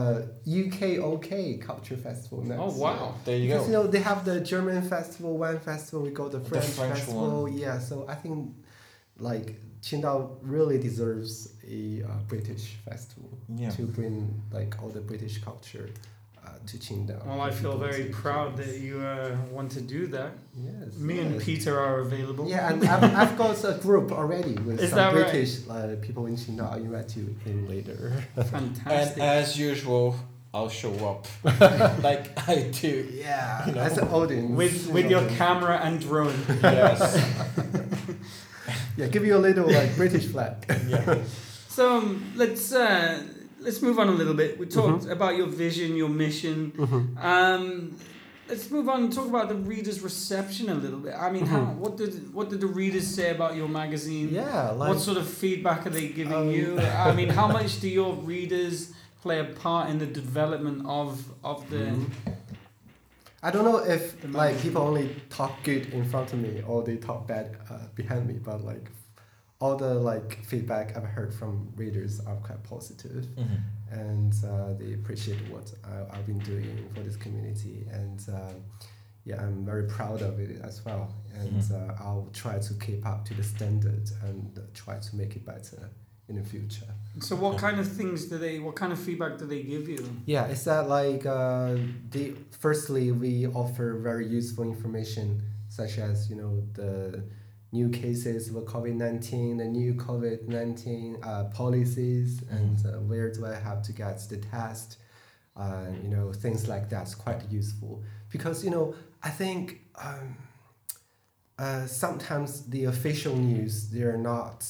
UK OK culture festival next.
oh wow.
There you
Because you
go.
know they have the German festival, wine festival. We got the French,
French
festival.
one.
Yeah, so I think like Qingdao really deserves a uh, British festival
Yeah.
to bring like all the British culture uh, to Qingdao.
Well, I feel very proud that you uh, want to do that.
Yes.
Me and
yes.
Peter are available.
Yeah, and I've, I've got a group already with
Is
some
that right?
British uh, people in Qingdao. I'll invite you in later.
Fantastic.
And as usual, I'll show up like I do.
Yeah,
You know.
as an audience.
with
you
with
know,
your
the-
camera and drone.
Yes.
Yeah, give you a little like British flag.
Yeah.
So um, let's uh, let's move on a little bit. We talked
Mm-hmm.
about your vision, your mission. Um, let's move on and talk about the readers' reception a little bit. I mean, how, what did what did the readers say about your magazine?
Mm-hmm. Yeah, like.
what sort of feedback are they giving
Um,
you? I mean, how much do your readers play a part in the development of of the?
Mhm. I don't know if
The
like
magazine.
people only talk good in front of me or they talk bad uh, behind me, but like all the like feedback I've heard from readers are quite positive
Mhm.
and uh, they appreciate what I, I've been doing for this community and uh, yeah, I'm very proud of it as well. And uh, I'll try to keep up to the standard and try to make it better in the future.
So what kind of things do they? What kind of feedback do they give you?
Yeah, it's that like uh, the firstly we offer very useful information such as you know the new cases of COVID nineteen, the new COVID nineteen uh, policies, and uh, where do I have to get the test, uh, you know things like that's quite useful because you know I think um, uh, sometimes the official news they are not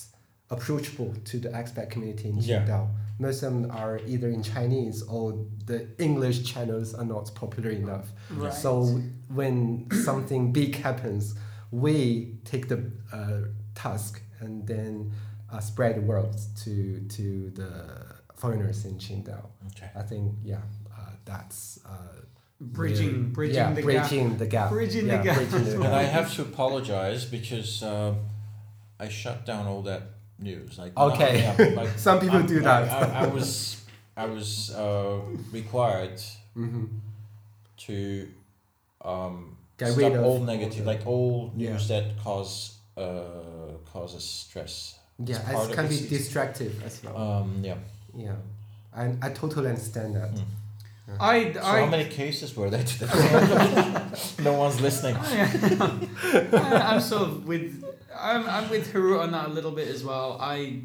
approachable to the expat community in
Yeah.
Qingdao. Most of them are either in Chinese or the English channels are not popular enough.
Right.
So when something big happens, we take the uh, task and then uh, spread the word to to the foreigners in Qingdao.
Okay.
I think yeah, uh, that's uh,
bridging,
really-
bridging
yeah,
the gap.
bridging the gap,
Bridging the
Yeah,
gap.
bridging the
And I
gap.
have to apologize because uh, I shut down all that news. Like
Okay.
nothing happened. Like,
Some people
I-
do
I-
that.
I, I, was I was uh, required
Mhm.
to um,
Get
stop
rid of
all negative,
all the-
like all news that cause uh, causes stress.
Yeah,
It's part
it
of
can
the
be
season.
distractive as well.
Um, yeah.
yeah, I I totally understand that.
Mm.
I,
So how
I,
many cases were there today? no one's listening.
I, I'm sort of with, I'm, I'm with Haru on that a little bit as well. I,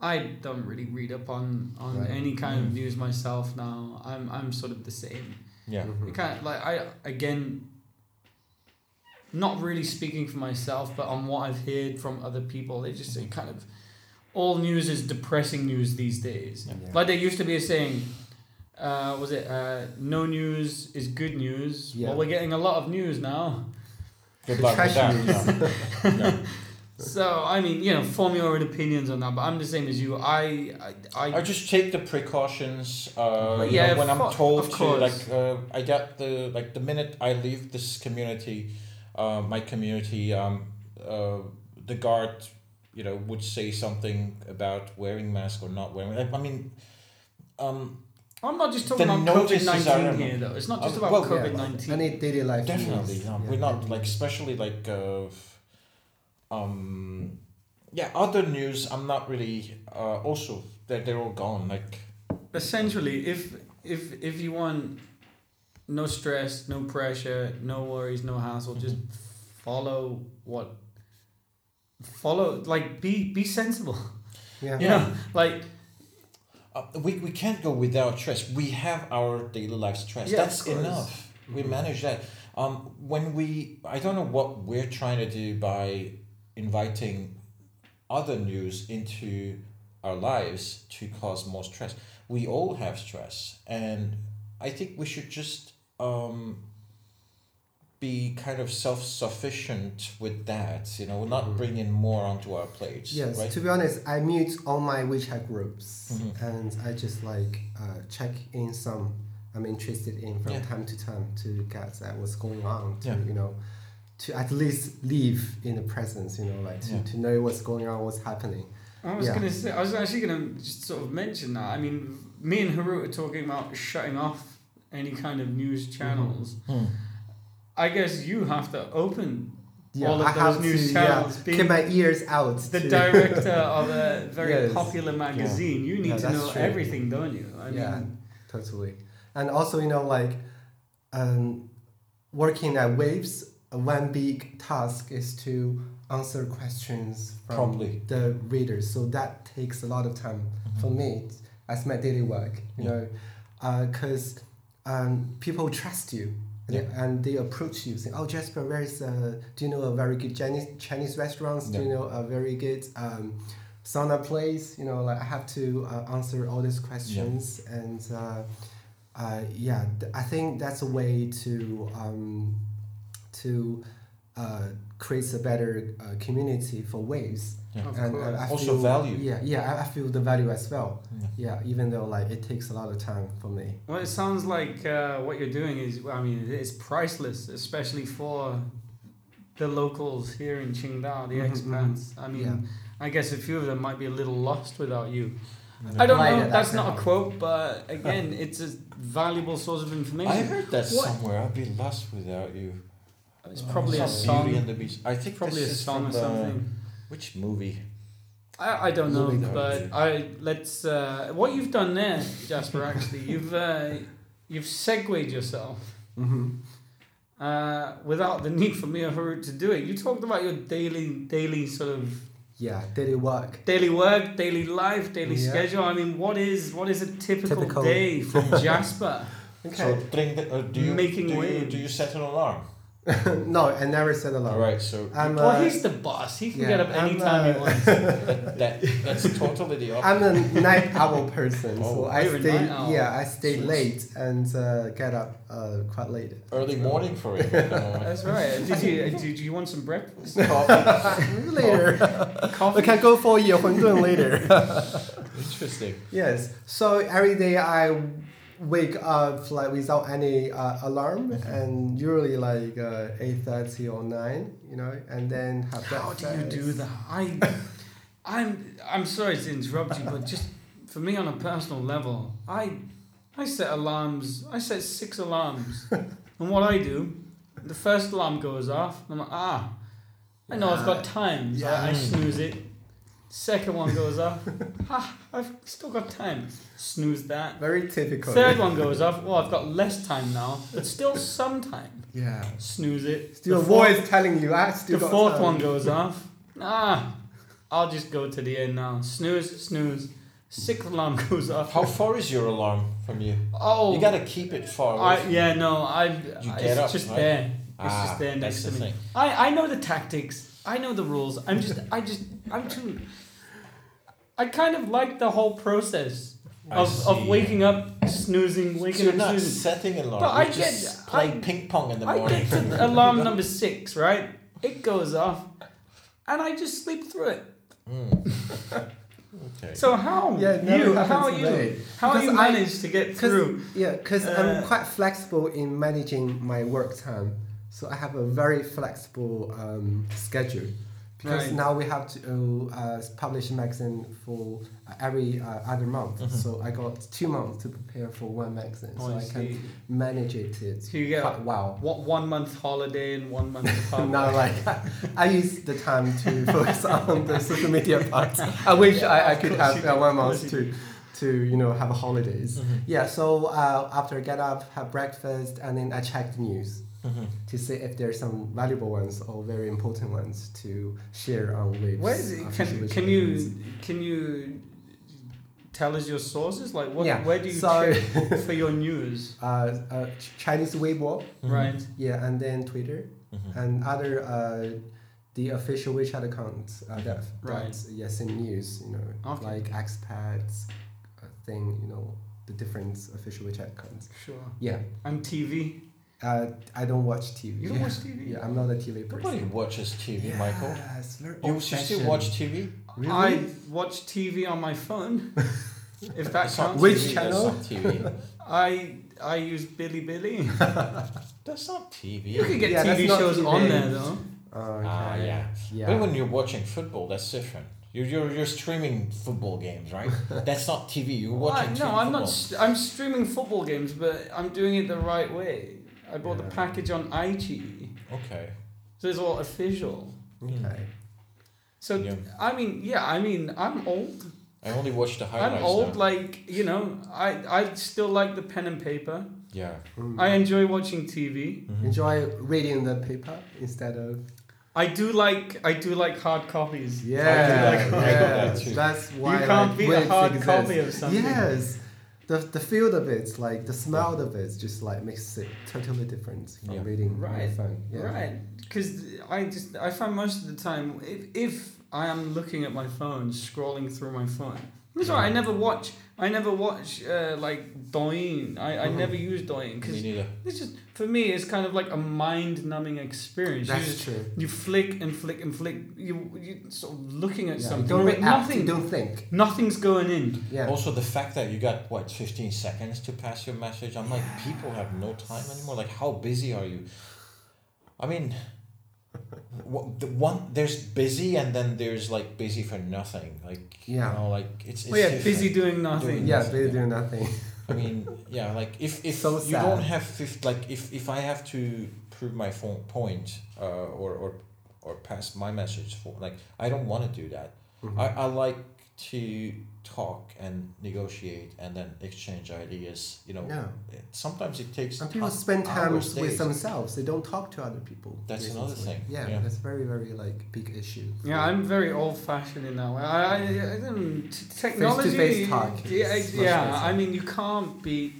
I don't really read up on, on
Right.
any kind of
Mm.
news myself now. I'm, I'm sort of the same.
Yeah.
Mhm.
It
Mm.
kind of, like I again, not really speaking for myself, but on what I've heard from other people, they just say kind of all news is depressing news these days.
Yeah.
Yeah.
Like there used to be a saying, uh, was it uh, no news is good news?
Yeah.
Well, we're getting a lot of news now.
Good
The
luck with
trash
that. Yeah. Yeah.
So I mean, you know, form your own opinions on that. But I'm the same as you. I I,
I
I
just take the precautions. Uh, you
Yeah,
know, when
fo-
I'm told
of
to,
course.
like, uh, I get the like the minute I leave this community, uh, my community, um, uh, the guard, you know, would say something about wearing mask or not wearing. I, I mean, um,
I'm not just talking
The
about COVID
notices are-
nineteen here though. It's not just
Oh,
about
well, yeah,
COVID nineteen.
Any daily life.
definitely,
needs.
no,
Yeah,
we're not
daily-
like especially like, uh, f- um, yeah, other news. I'm not really. Uh, also, they're, they're all gone. Like,
essentially if if if you want no stress no pressure no worries no hassle just Mm-hmm. follow what follow like be be sensible
Yeah.
you know like
Uh, we, we can't go without stress. We have our daily life stress.
Yeah, of
That's
course.
enough. We manage that. Um, when we, I don't know what we're trying to do by inviting other news into our lives to cause more stress. We all have stress, and I think we should just um, be kind of self sufficient with that. You know,
Mm-hmm.
not bring in more onto our plates.
Yes,
right?
to be honest, I mute all my WeChat groups and I just like uh, check in some I'm interested in from
Yeah.
time to time to get at what's going on, to
Yeah.
you know, to at least live in the presence, you know, like to,
Yeah.
to know what's going on, what's happening.
i was
Yeah.
gonna say i was actually gonna just sort of mention that i mean me and haru are talking about shutting off any kind of news channels
Hmm.
i guess you have to open
Yeah,
all of
I
those
have
news
to
channels
yeah,
being
keep my ears out.
the
to-
director of a very
Yes.
popular magazine. You need
Yeah,
to
that's
know
true.
everything, don't you? I
yeah,
mean,
totally. And also, you know, like um, working at Waves, one big task is to answer questions from
Promptly.
the readers. So that takes a lot of time for me as my daily work,
Mm-hmm.
you
Yeah.
know, because um, people trust you. and- And they approach you saying, "Oh, Jasper, where is uh, do you know a very good Chinese Chinese restaurants? Do you know a very good um, sauna place you know like i have to uh, answer all these questions and uh, uh, yeah th- i think that's a way to um, to uh, create a better uh, community for waves
Yeah.
Of
and
course.
I, I
Also
feel,
value.
yeah yeah I, I feel the value as well
Yeah.
yeah even though like it takes a lot of time for me
well, it sounds like uh, what you're doing is, well, I mean, it's priceless, especially for the locals here in Qingdao, the
Mm-hmm,
Mhm,
expats. I mean,
Yeah.
I guess a few of them might be a little lost without you.
Yeah.
I don't
Right,
know.
yeah,
that's
that's
not a
right.
quote, but again, it's a valuable source of
I
information.
heard that
What?
somewhere. I'd be lost without you.
It's probably a
Some Beauty
song.
and the Beast. I think
Probably a
this is
song or
from the-
something.
Which movie?
I, I don't know,
Movie
but
Garden.
I let's uh, what you've done there, Jasper. Actually, you've uh, you've segued yourself
mm-hmm.
uh, without the need for Miyaharu to do it. You talked about your daily, daily sort of
Yeah, daily work.
daily work, daily life, daily
Yeah.
schedule. I mean, what is what is a typical,
Typical.
day for Jasper?
So
Okay.
drink the, uh, do you
Making
do you,
waves.
do you set an alarm?
no, I never said a lot.
All right, so
I'm
well,
a,
he's the boss. He can
yeah,
get up
I'm,
anytime he
uh,
wants.
that, that that's totally the opposite.
I'm a night owl person, so
Oh,
I
you're a
stay
night owl.
yeah I stay
So-
late and uh, get up uh, quite late.
Early morning for Uh, him. at the moment.
That's right. Did you did you want some breakfast?
Coffee.
Oh.
later, we
Coffee.
can go for your Hundun later.
Interesting.
Yes. So every day I wake up like without any uh, alarm, and usually like uh, eight thirty or nine, you know, and then have
How do you
breakfast.
do that? I, I'm I'm sorry to interrupt you, but just for me on a personal level, I I set alarms. I set six alarms, and what I do, the first alarm goes off. And I'm like, ah, I know I've got time. So I, I
Yeah.
snooze it. Second one goes off. ha, I've still got time. Snooze that.
Very typical.
Third one goes off. Well, I've got less time now, but still some time.
Yeah.
Snooze it.
Your
The fourth-
voice telling you I still
the
got
fourth
time.
one goes off. Ah, I'll just go to the end now. Snooze, snooze. Sixth alarm goes off.
How far is your alarm from you?
oh,
You gotta keep it far. away
I,
from
yeah, no, I.
You
it's
get up,
just
right?
there. It's
Ah,
just there next
that's
to
the
me.
thing.
I, I know the tactics. I know the rules. I'm just, I just, I'm too. I kind of like the whole process
I
of, of
see.
waking up, snoozing,
So
waking
you're
up,
not
snoozing.
setting alarm.
But I
you're just
get-
playing
I-
ping pong in the
I
morning.
get to the alarm number six, right? It goes off, and I just sleep through it.
Hmm. Okay.
So how
Yeah, it never
you
happened
how are
to
you
me.
how you
Because I-
managed to get
Cause,
through?
Yeah, because
Uh,
I'm quite flexible in managing my work time. So I have a very flexible um, schedule. Because
Right.
now we have to uh, publish a magazine for every uh, other month. So I got two months to prepare for one magazine.
Mm-hmm. Oh,
so
I
I can
see.
manage it, it
So you get
quite well.
what one month holiday and one month apart.
Now, like I use the time to focus on the social media part. I wish I, I
Of
could
course
have
you
uh,
do.
one
Of course
month
you Mm-hmm.
to, to you know have holidays. Yeah. So uh, after I get up, have breakfast, and then I check the news
Mm-hmm.
Mhm.
to see if there's some valuable ones or very important ones to share on with.
Where is it?
uh,
Can,
social
can
media.
you can you tell us your sources? Like what
Yeah,
where do you
so-
check for your news?
Uh, uh, Ch- Chinese Weibo,
Right.
yeah, and then Twitter
Mhm.
and other uh, the official WeChat accounts uh, that
Right.
that yes in news, you know,
Okay.
like expats uh, thing, you know, the different official WeChat accounts.
Sure.
Yeah,
And TV.
uh, I don't watch TV.
You don't watch TV?
Yeah, I'm not a TV
Nobody
person.
watches TV, Michael.
Yeah, it's very
You should still
old-fashioned.
watch TV.
Really?
I watch TV on my phone. if that
That's not
counts.
Which
TV,
channel?
That's not TV.
I I use Billy Billy.
That's not TV.
You can get
Yeah, that's
TV
not
shows
TV.
on there though.
Okay.
Ah, yeah.
Yeah.
But when you're watching football, that's different. You're, you're, you're streaming football games, right? that's not TV. You're watching
I,
TV
no, I'm
football.
not. st- I'm streaming football games, but I'm doing it the right way. I bought the
Yeah.
package on iQIYI,
Okay. Hmm.
so it's all official.
Okay.
So
Yeah.
I mean, yeah, I mean, I'm old.
I only watch the highlights.
I'm old.
now.
Like you know, I I still like the pen and paper.
Yeah.
Mm.
I enjoy watching TV.
enjoy reading the paper instead of
I do like I do like hard copies.
yeah.
that. I do that
yes,
too.
That's why
you can't
like,
beat a
webs
hard
exist.
copy of something.
Yes. The, the feel of it, like the smell of it, just like makes it totally different from
Yeah.
reading on your
Right.
phone. Yeah.
Right, because I just I find most of the time if if I am looking at my phone, scrolling through my phone. That's why I never watch. I never watch uh, like Douyin. I, I
Mhm.
never use Douyin
Me
because
neither.
it's just for me. It's kind of like a mind numbing experience. you
That's
just
true.
you flick and flick and flick. You you sort of looking at
Yeah, you
something,
don't
but
react,
nothing.
you don't think.
Nothing's going in.
Yeah.
Also, the fact that you got what 15 seconds to pass your message, I'm like, people have no time anymore. Like, how busy are you? I mean, wha- the one there's busy, and then there's like busy for nothing. Like,
Yeah.
you know, like it's, it's
Oh yeah,
different.
busy doing nothing.
Doing
yeah,
nothing,
they
yeah.
do nothing.
I mean, yeah, like if if
So
you don't
sad.
have fifth, like if if I have to prove my phone point, uh,
Mm-hmm.
or or or pass my message for, like I don't want to do that. I I like to talk and negotiate and then exchange ideas. You know,
No.
it- sometimes it takes
And people
hou-
spend time
hours,
with
days.
themselves. They don't talk to other people.
That's
with
another
this
thing,
one. Yeah,
yeah.
that's very very like big issue.
Yeah, I'm very old fashioned in that way. I, I, I don't, t- technology.
Face-to-face talk
Yeah,
is
I- yeah,
much better.
I mean, you can't beat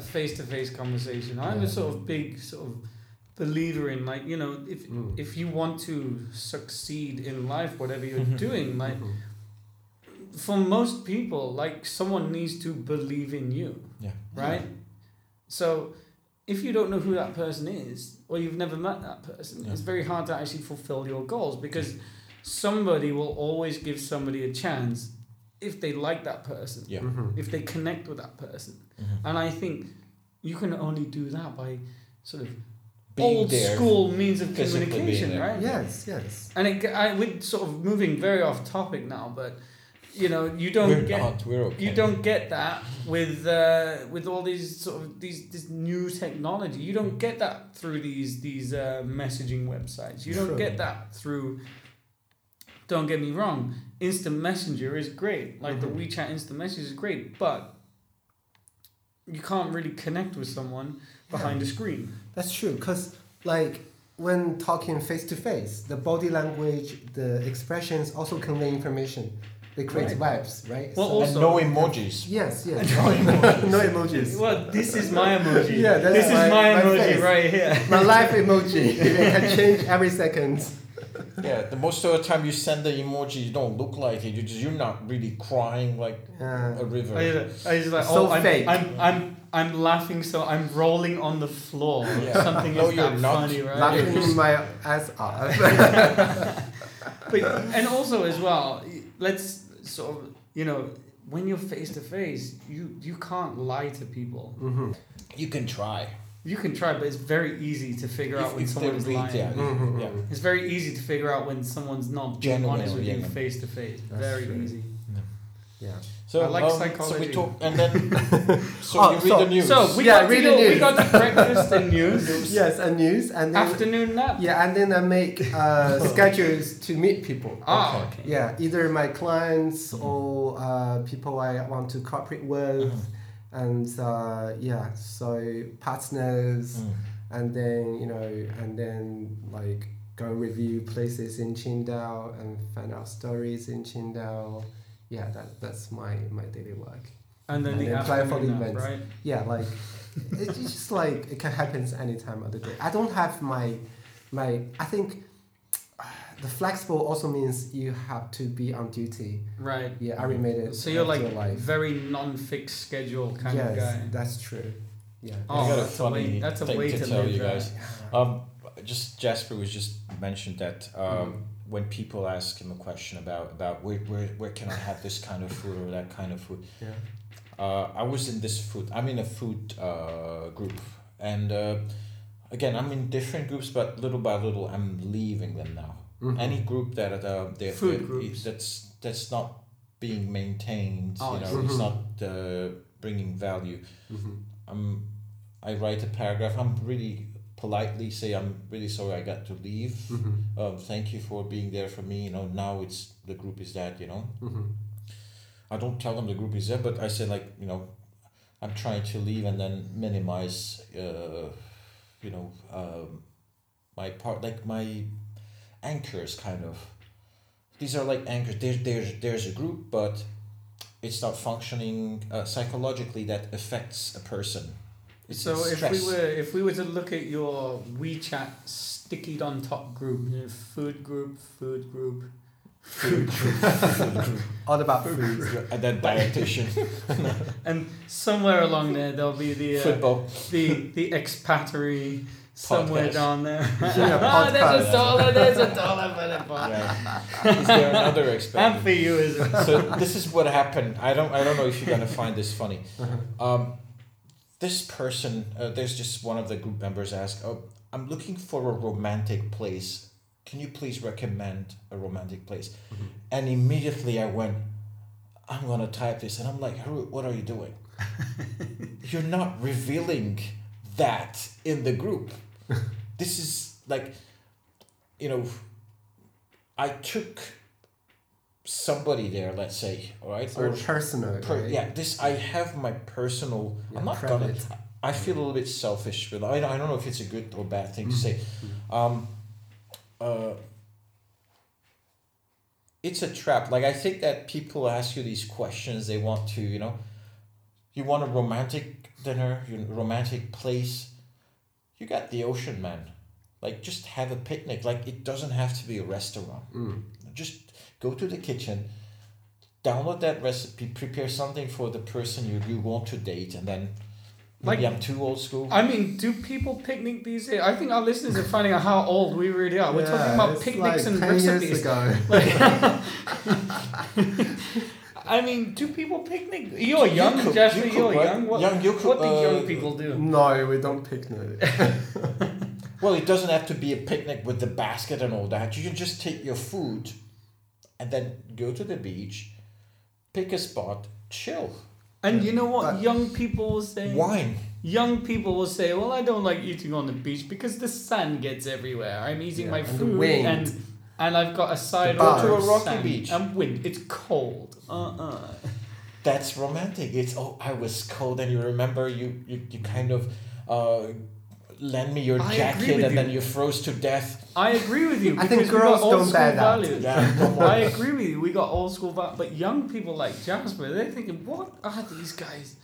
a face to face conversation. I'm
Yeah.
a sort of big sort of believer in like you know if
Mm.
if you want to succeed in life, whatever you're
Mhm.
doing, like
Mhm.
for most people, like someone needs to believe in you,
Yeah.
right? So if you don't know who that person is, or you've never met that person,
Yeah.
it's very hard to actually fulfill your goals because somebody will always give somebody a chance if they like that person,
Yeah.
Mhm.
if they connect with that person.
Mhm.
And I think you can only do that by sort of
Being
old
there,
school means of
physically being
communication,
there.
right?
Yes, yes.
And it, I, we're sort of moving very off topic now, but you know, you don't
We're
get
not. We're okay.
you don't get that with uh, with all these sort of these this new technology. You don't get that through these these uh, messaging websites. You don't
True.
get that through. Don't get me wrong. Instant messenger is great. Like
Mhm.
the WeChat instant message is great, but you can't really connect with someone behind a screen.
That's true, because like when talking face to face, the body language, the expressions also convey information. They create vibes, right?
Well,
So-
also-
And no emojis.
yes, yes.
No emojis.
no emojis.
Well, this is my emoji.
Yeah, that's
this
my-
is my,
my
emoji
face.
right here.
My life emoji. It can change every second.
Yeah, the most of the time you send the emoji, you don't look like it. You just you're not really crying like
Yeah.
a river.
I just, I just like,
So
oh, I'm,
fake.
I'm, I'm, I'm laughing, so I'm rolling on the floor.
Yeah.
Something
No,
is
you're
that
not.
funny, right?
Laughing my ass off.
But, and also as well, let's sort of, you know, when you're face to face, you you can't lie to people.
Mhm,
You can try.
You can try, but it's very easy to figure out
If-
when
if they
someone's
read,
lying.
yeah.
mhm,
Yeah.
It's very easy to figure out when someone's not being
Genuine
honest
or
with you
genuine.
face to face.
That's
Very
true.
easy.
Yeah.
So
I like
um, So
psychology.
we talk, and then so
Oh,
you read
so-
the news.
So we
Yeah,
got to
read the
go- we
news.
got to breakfast and news.
Yes, and news, and then
Afternoon nap.
yeah, and then I make uh, schedules to meet people.
Ah,
Okay.
okay.
Yeah, either my clients or uh, people I want to cooperate with, and uh, yeah, so partners,
Mm.
and then you know, and then like go review places in Qingdao and find out stories in Qingdao. Yeah, that that's my my daily work.
And then
And
the
then apply for
afternoon
the
nap,
events.
right?
Yeah, like it's just like it can happen any time of the day. I don't have my my. I think uh, the flexible also means you have to be on duty.
Right.
Yeah, I remade it.
So you're
up to
like
your life.
very non-fixed schedule kind
yes,
of guy.
that's true. Yeah.
I
Oh,
got a
that's a
funny
way- that's a
thing
way
to,
to
tell
live
you
that.
guys. Um, just Jasper was just mentioned that um, when people ask him a question about about where, where where can I have this kind of food or that kind of food,
yeah.
uh, I was in this food. I'm in a food uh, group, and uh, again, I'm in different groups, but little by little, I'm leaving them now.
Mhm.
Any group that uh, they
Food
that-
groups.
that's that's not being maintained,
Oh, I
you know,
see.
it's
Mhm.
not uh, bringing value.
Mhm.
I'm, I write a paragraph. I'm really politely say I'm really sorry I got to leave.
Mm-hmm.
Mhm.
Um, thank you for being there for me. You know, now it's the group is that. You know,
Mhm.
I don't tell them the group is there, but I say like you know, I'm trying to leave and then minimize. Uh, you know, um, my part like my anchors kind of. These are like anchors. There's there's there's a group, but it's not functioning uh, psychologically. That affects a person. It's
So
it's
if
stress.
we were if we were to look at your WeChat stickied on top group, you know, food group, food group, food group,
All about food.
and then dietitian
and somewhere along there there'll be the uh,
football.
the the expatry somewhere
Podcast.
down there.
Yeah,
Ah, there's
podcast.
a dollar. There's a dollar for the podcast.
Yeah. Is there another expert?
And for you is it?
so this is what happened. I don't. I don't know if you're gonna find this funny. Um, this person, uh, there's just one of the group members asked, "Oh, I'm looking for a romantic place. Can you please recommend a romantic place?" And immediately I went, "I'm gonna type this," and I'm like, "Haru, what are you doing? you're not revealing that in the group. This is like, you know." I took somebody there, let's say, all right?
or personal.
per,
right?
yeah, this I have my personal.
Yeah,
I'm not gonna.
private.
I feel a little bit selfish, but I, I don't know if it's a good or bad thing to
Mm.
say. Um, uh, it's a trap. Like I think that people ask you these questions. They want to, you know, you want a romantic dinner, you romantic place. You got the ocean, man. Like just have a picnic. Like it doesn't have to be a restaurant. Just go to the kitchen, download that recipe, prepare something for the person you, you want to date, and then maybe
Like-
I'm too old school.
I mean, do people picnic these days? I think our listeners are finding out how old we really are. We're talking
Yeah,
about
it's
picnics
like
and
10 years
recipes.
ago.
I mean, do people picnic? You're young,
cook-
Jasper.
you cook,
You are
right?
young. What,
Young, you cook,
what do
uh,
young people do?
No, we don't picnic.
Well, it doesn't have to be a picnic with the basket and all that. You can just take your food and then go to the beach, pick a spot, chill.
And you know what
But-
young people will say?
Wine.
Young people will say, well, I don't like eating on the beach because the sand gets everywhere. I'm eating
Yeah,
my
and the
food
wind.
and and I've got a side
bar.
order
Go
of
to a rocky
sand
beach.
and wind. It's cold. Uh-uh.
That's romantic. It's oh I was cold and you remember you you, you kind of uh lend me your
I agree
jacket
with
and
you.
then you froze to death.
I agree with you.
I think
because we got
girls
old
don't
school
bear that.
values.
Yeah, come on.
I agree with you. We got old school, but but young people like Jasper, they're thinking, what are these guys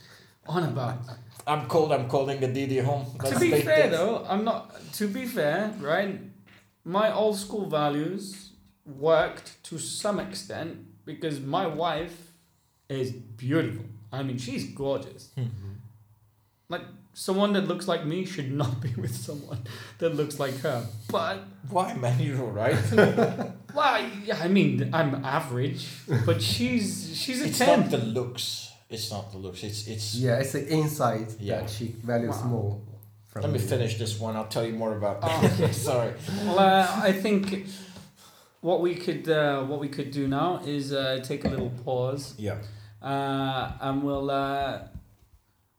on about?
I'm cold, I'm calling the DD home.
to
Let's
be
take
fair
this.
though, I'm not. To be fair, right? My old school values worked to some extent because my wife is beautiful. I mean, she's gorgeous.
Mm-hmm.
Like someone that looks like me should not be with someone that looks like her. But
Why man, you're alright.
well, yeah, I mean, I'm average, but she's she's a
it's
ten.
not the looks. It's not the looks. It's it's
yeah, it's the insight
Yeah.
that she values
Wow.
more. From
Let me
you.
finish this one. I'll tell you more about that.
Oh,
Sorry.
Well, uh, I think what we could uh, what we could do now is uh, take a little pause,
Yeah.
uh, and we'll uh,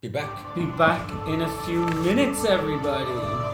Be back.
be back in a few minutes, everybody.